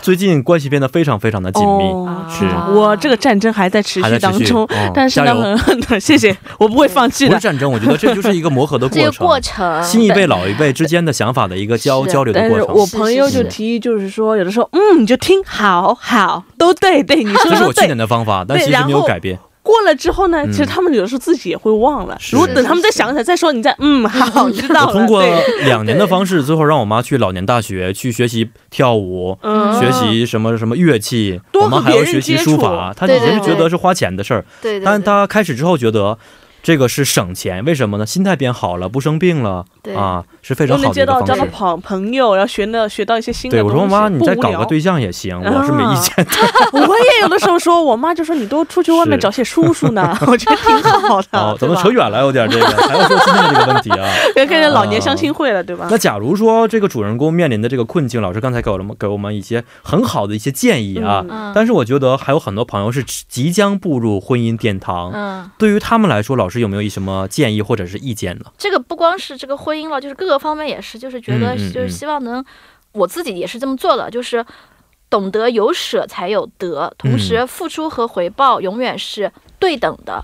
[SPEAKER 1] 最近关系变得非常非常的紧密，
[SPEAKER 2] 哦，
[SPEAKER 1] 是
[SPEAKER 3] 啊
[SPEAKER 2] 我这个战争还在持
[SPEAKER 1] 还在
[SPEAKER 2] 续当
[SPEAKER 1] 持续
[SPEAKER 2] 中，
[SPEAKER 1] 嗯
[SPEAKER 2] 但是
[SPEAKER 1] 加
[SPEAKER 2] 呢，
[SPEAKER 1] 油
[SPEAKER 2] 很很很，谢谢，我不会放弃
[SPEAKER 1] 不
[SPEAKER 2] 的
[SPEAKER 1] 是。战争，我觉得这就是一个磨合的
[SPEAKER 3] 这
[SPEAKER 1] 过
[SPEAKER 3] 个
[SPEAKER 1] 程，
[SPEAKER 3] 过程，
[SPEAKER 1] 新一辈
[SPEAKER 3] 对
[SPEAKER 1] 老一辈之间的想法的一个交
[SPEAKER 3] 是
[SPEAKER 1] 交流的
[SPEAKER 2] 但
[SPEAKER 1] 过
[SPEAKER 2] 是
[SPEAKER 1] 程。
[SPEAKER 2] 我
[SPEAKER 3] 是
[SPEAKER 2] 朋
[SPEAKER 3] 是
[SPEAKER 2] 友就是提议，就是说，有的时候，嗯，你就听，好好，都对，对，你说
[SPEAKER 1] 这
[SPEAKER 2] 的
[SPEAKER 1] 是
[SPEAKER 2] 都
[SPEAKER 1] 我去
[SPEAKER 2] 对
[SPEAKER 1] 年。的方法，但
[SPEAKER 2] 对
[SPEAKER 1] 其实没有
[SPEAKER 2] 然后
[SPEAKER 1] 改变。
[SPEAKER 2] 过了之后呢，其实
[SPEAKER 1] 嗯
[SPEAKER 2] 他们有的时候自己也会忘了。
[SPEAKER 1] 是
[SPEAKER 2] 如果
[SPEAKER 1] 是
[SPEAKER 2] 等他
[SPEAKER 3] 是
[SPEAKER 2] 们再
[SPEAKER 3] 是
[SPEAKER 2] 想起来再说，你再 嗯，好，知道
[SPEAKER 1] 我
[SPEAKER 2] 了。
[SPEAKER 1] 通过
[SPEAKER 2] 对
[SPEAKER 1] 两年的方式，最后让我妈去老年大学去学习跳舞。
[SPEAKER 2] 嗯
[SPEAKER 1] 学习什么什么乐器，
[SPEAKER 2] 多
[SPEAKER 1] 我妈
[SPEAKER 2] 和
[SPEAKER 1] 还要
[SPEAKER 2] 别人
[SPEAKER 1] 学习
[SPEAKER 2] 接
[SPEAKER 1] 书
[SPEAKER 2] 触
[SPEAKER 1] 法。她以
[SPEAKER 3] 对
[SPEAKER 1] 前
[SPEAKER 3] 对
[SPEAKER 1] 就觉得是花钱的事儿，
[SPEAKER 3] 对对，
[SPEAKER 1] 但
[SPEAKER 3] 对
[SPEAKER 1] 她开始之后觉得这个是省钱，为什么呢？心态变好了，不生病了
[SPEAKER 3] 对
[SPEAKER 1] 啊，是非常好
[SPEAKER 2] 又
[SPEAKER 1] 的
[SPEAKER 2] 能
[SPEAKER 1] 一
[SPEAKER 2] 接
[SPEAKER 1] 个
[SPEAKER 2] 到
[SPEAKER 1] 方
[SPEAKER 2] 交到
[SPEAKER 1] 式。
[SPEAKER 2] 朋朋友，然后学到学到一些新的
[SPEAKER 1] 对，
[SPEAKER 2] 东
[SPEAKER 1] 我
[SPEAKER 2] 西。
[SPEAKER 1] 说妈，你
[SPEAKER 2] 不
[SPEAKER 1] 再
[SPEAKER 2] 无
[SPEAKER 1] 搞个
[SPEAKER 2] 聊
[SPEAKER 1] 对象也行，
[SPEAKER 2] 啊
[SPEAKER 1] 我是没意见的。
[SPEAKER 2] 我也有的时候说，我妈就说你都出去外面
[SPEAKER 1] 是
[SPEAKER 2] 找些叔叔呢， 我觉得挺好
[SPEAKER 1] 哦，
[SPEAKER 2] 的。
[SPEAKER 1] 咱
[SPEAKER 2] 啊对
[SPEAKER 1] 们
[SPEAKER 2] 吧
[SPEAKER 1] 扯远了，有点这个，还要说今天的这个问题啊。
[SPEAKER 2] 别跟人老年相亲会了，对吧
[SPEAKER 1] 那？假如说这个主人公面临的这个困境，老师刚才给我们给我们一些很好的一些建议啊，
[SPEAKER 2] 嗯
[SPEAKER 3] 嗯
[SPEAKER 1] 但是我觉得还有很多朋友是即将步入婚姻殿堂，
[SPEAKER 3] 嗯，
[SPEAKER 1] 对于他们来说，老师有没有一什么建议或者是意见呢？
[SPEAKER 3] 这个不光是这个婚姻了，就是各个方面也是，就是觉得
[SPEAKER 1] 嗯嗯
[SPEAKER 3] 就是
[SPEAKER 1] 嗯
[SPEAKER 3] 希望能，我自己也是这么做的，就是懂得有舍才有得，同时
[SPEAKER 1] 嗯
[SPEAKER 3] 付出和回报永远是对等的。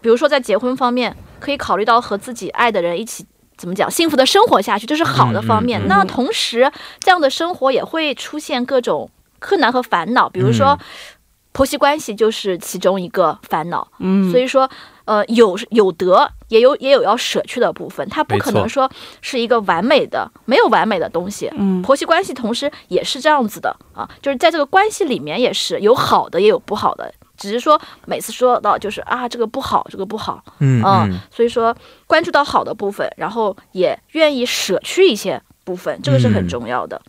[SPEAKER 3] 比如说在结婚方面，可以考虑到和自己爱的人一起。怎么讲？幸福的生活下去，这是好的方面。
[SPEAKER 1] 嗯嗯嗯
[SPEAKER 3] 那同时，这样的生活也会出现各种困难和烦恼，比如说
[SPEAKER 1] 嗯
[SPEAKER 3] 婆媳关系就是其中一个烦恼。
[SPEAKER 2] 嗯，
[SPEAKER 3] 所以说，呃，有有得，也有也有要舍去的部分，它不
[SPEAKER 1] 没
[SPEAKER 3] 可
[SPEAKER 1] 错
[SPEAKER 3] 能说是一个完美的，没有完美的东西。
[SPEAKER 2] 嗯
[SPEAKER 3] 婆媳关系同时也是这样子的啊，就是在这个关系里面也是有好的，也有不好的。只是说每次说到就是啊这个不好，这个不好，
[SPEAKER 1] 嗯
[SPEAKER 3] 嗯，所以说关注到好的部分，然后也愿意舍去一些部分，这个是
[SPEAKER 1] 嗯
[SPEAKER 3] 很重要的。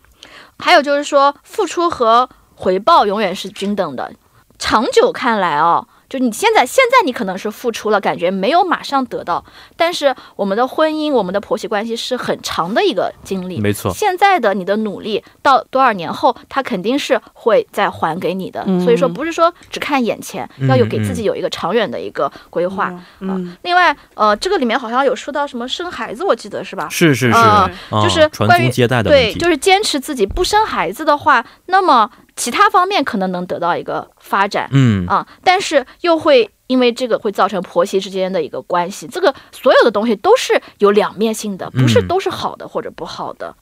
[SPEAKER 3] 还有就是说，付出和回报永远是均等的。长久看来啊、就你现在现在你可能是付出了，感觉没有马上得到，但是我们的婚姻、我们的婆媳关系是很长的一个经历。
[SPEAKER 1] 没错，
[SPEAKER 3] 现在的你的努力，到多少年后，他肯定是会再还给你的。
[SPEAKER 2] 嗯
[SPEAKER 3] 所以说，不是说只看眼前，
[SPEAKER 1] 嗯
[SPEAKER 3] 要有给自己有一个长远的一个规划。
[SPEAKER 2] 嗯
[SPEAKER 3] 另外，呃，这个里面好像有说到什么生孩子，我记得是吧？
[SPEAKER 1] 是是是，
[SPEAKER 3] 嗯
[SPEAKER 1] 啊
[SPEAKER 3] 就是
[SPEAKER 1] 传
[SPEAKER 3] 关
[SPEAKER 1] 宗
[SPEAKER 3] 于
[SPEAKER 1] 接代的问
[SPEAKER 3] 对，
[SPEAKER 1] 题，
[SPEAKER 3] 就是坚持自己不生孩子的话，那么其他方面可能能得到一个发展、
[SPEAKER 1] 嗯，
[SPEAKER 3] 啊，但是又会因为这个会造成婆媳之间的一个关系。这个所有的东西都是有两面性的，不是
[SPEAKER 1] 嗯
[SPEAKER 3] 都是好的或者不好的。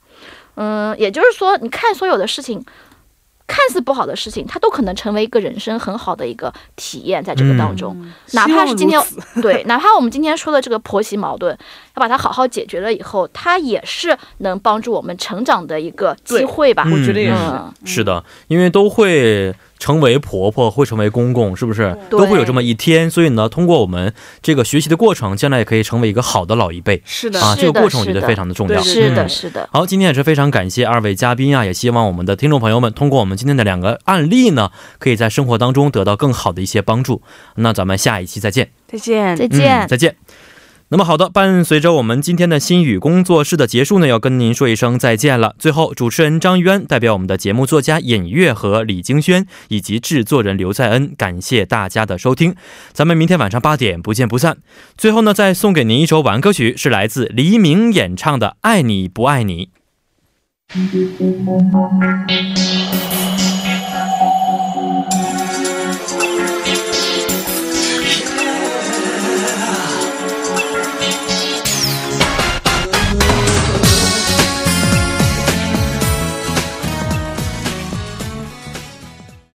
[SPEAKER 3] 嗯，也就是说，你看所有的事情。看似不好的事情，它都可能成为一个人生很好的一个体验，在这个当中，哪怕是今天
[SPEAKER 2] 希望如此
[SPEAKER 3] 对，哪怕我们今天说的这个婆媳矛盾，要把它好好解决了以后，它也是能帮助我们成长的一个机会吧。
[SPEAKER 1] 嗯
[SPEAKER 2] 我觉得也是
[SPEAKER 3] 嗯，
[SPEAKER 1] 是的，因为都会成为婆婆，会成为公公，是不是？
[SPEAKER 3] 对
[SPEAKER 1] 都会有这么一天。所以呢，通过我们这个学习的过程，将来也可以成为一个好的老一辈
[SPEAKER 2] 是的，
[SPEAKER 1] 啊。
[SPEAKER 3] 是
[SPEAKER 1] 这
[SPEAKER 3] 的
[SPEAKER 1] 个过程我觉
[SPEAKER 3] 是
[SPEAKER 1] 得
[SPEAKER 3] 的
[SPEAKER 1] 非常的重要。
[SPEAKER 2] 对
[SPEAKER 3] 是的，
[SPEAKER 1] 嗯
[SPEAKER 3] 是的，
[SPEAKER 1] 好，今天也是非常感谢二位嘉宾啊，也希望我们的听众朋友们通过我们今天的两个案例呢，可以在生活当中得到更好的一些帮助。那咱们下一期再见。
[SPEAKER 2] 再见。
[SPEAKER 3] 再见。
[SPEAKER 1] 嗯、再见。那么好的，伴随着我们今天的心语工作室的结束呢，要跟您说一声再见了。最后，主持人张渊代表我们的节目作家尹月和李京轩，以及制作人刘在恩，感谢大家的收听。咱们明天晚上八点不见不散。最后呢，再送给您一首晚安歌曲，是来自黎明演唱的《爱你不爱你》。
[SPEAKER 4] 爱你不爱你，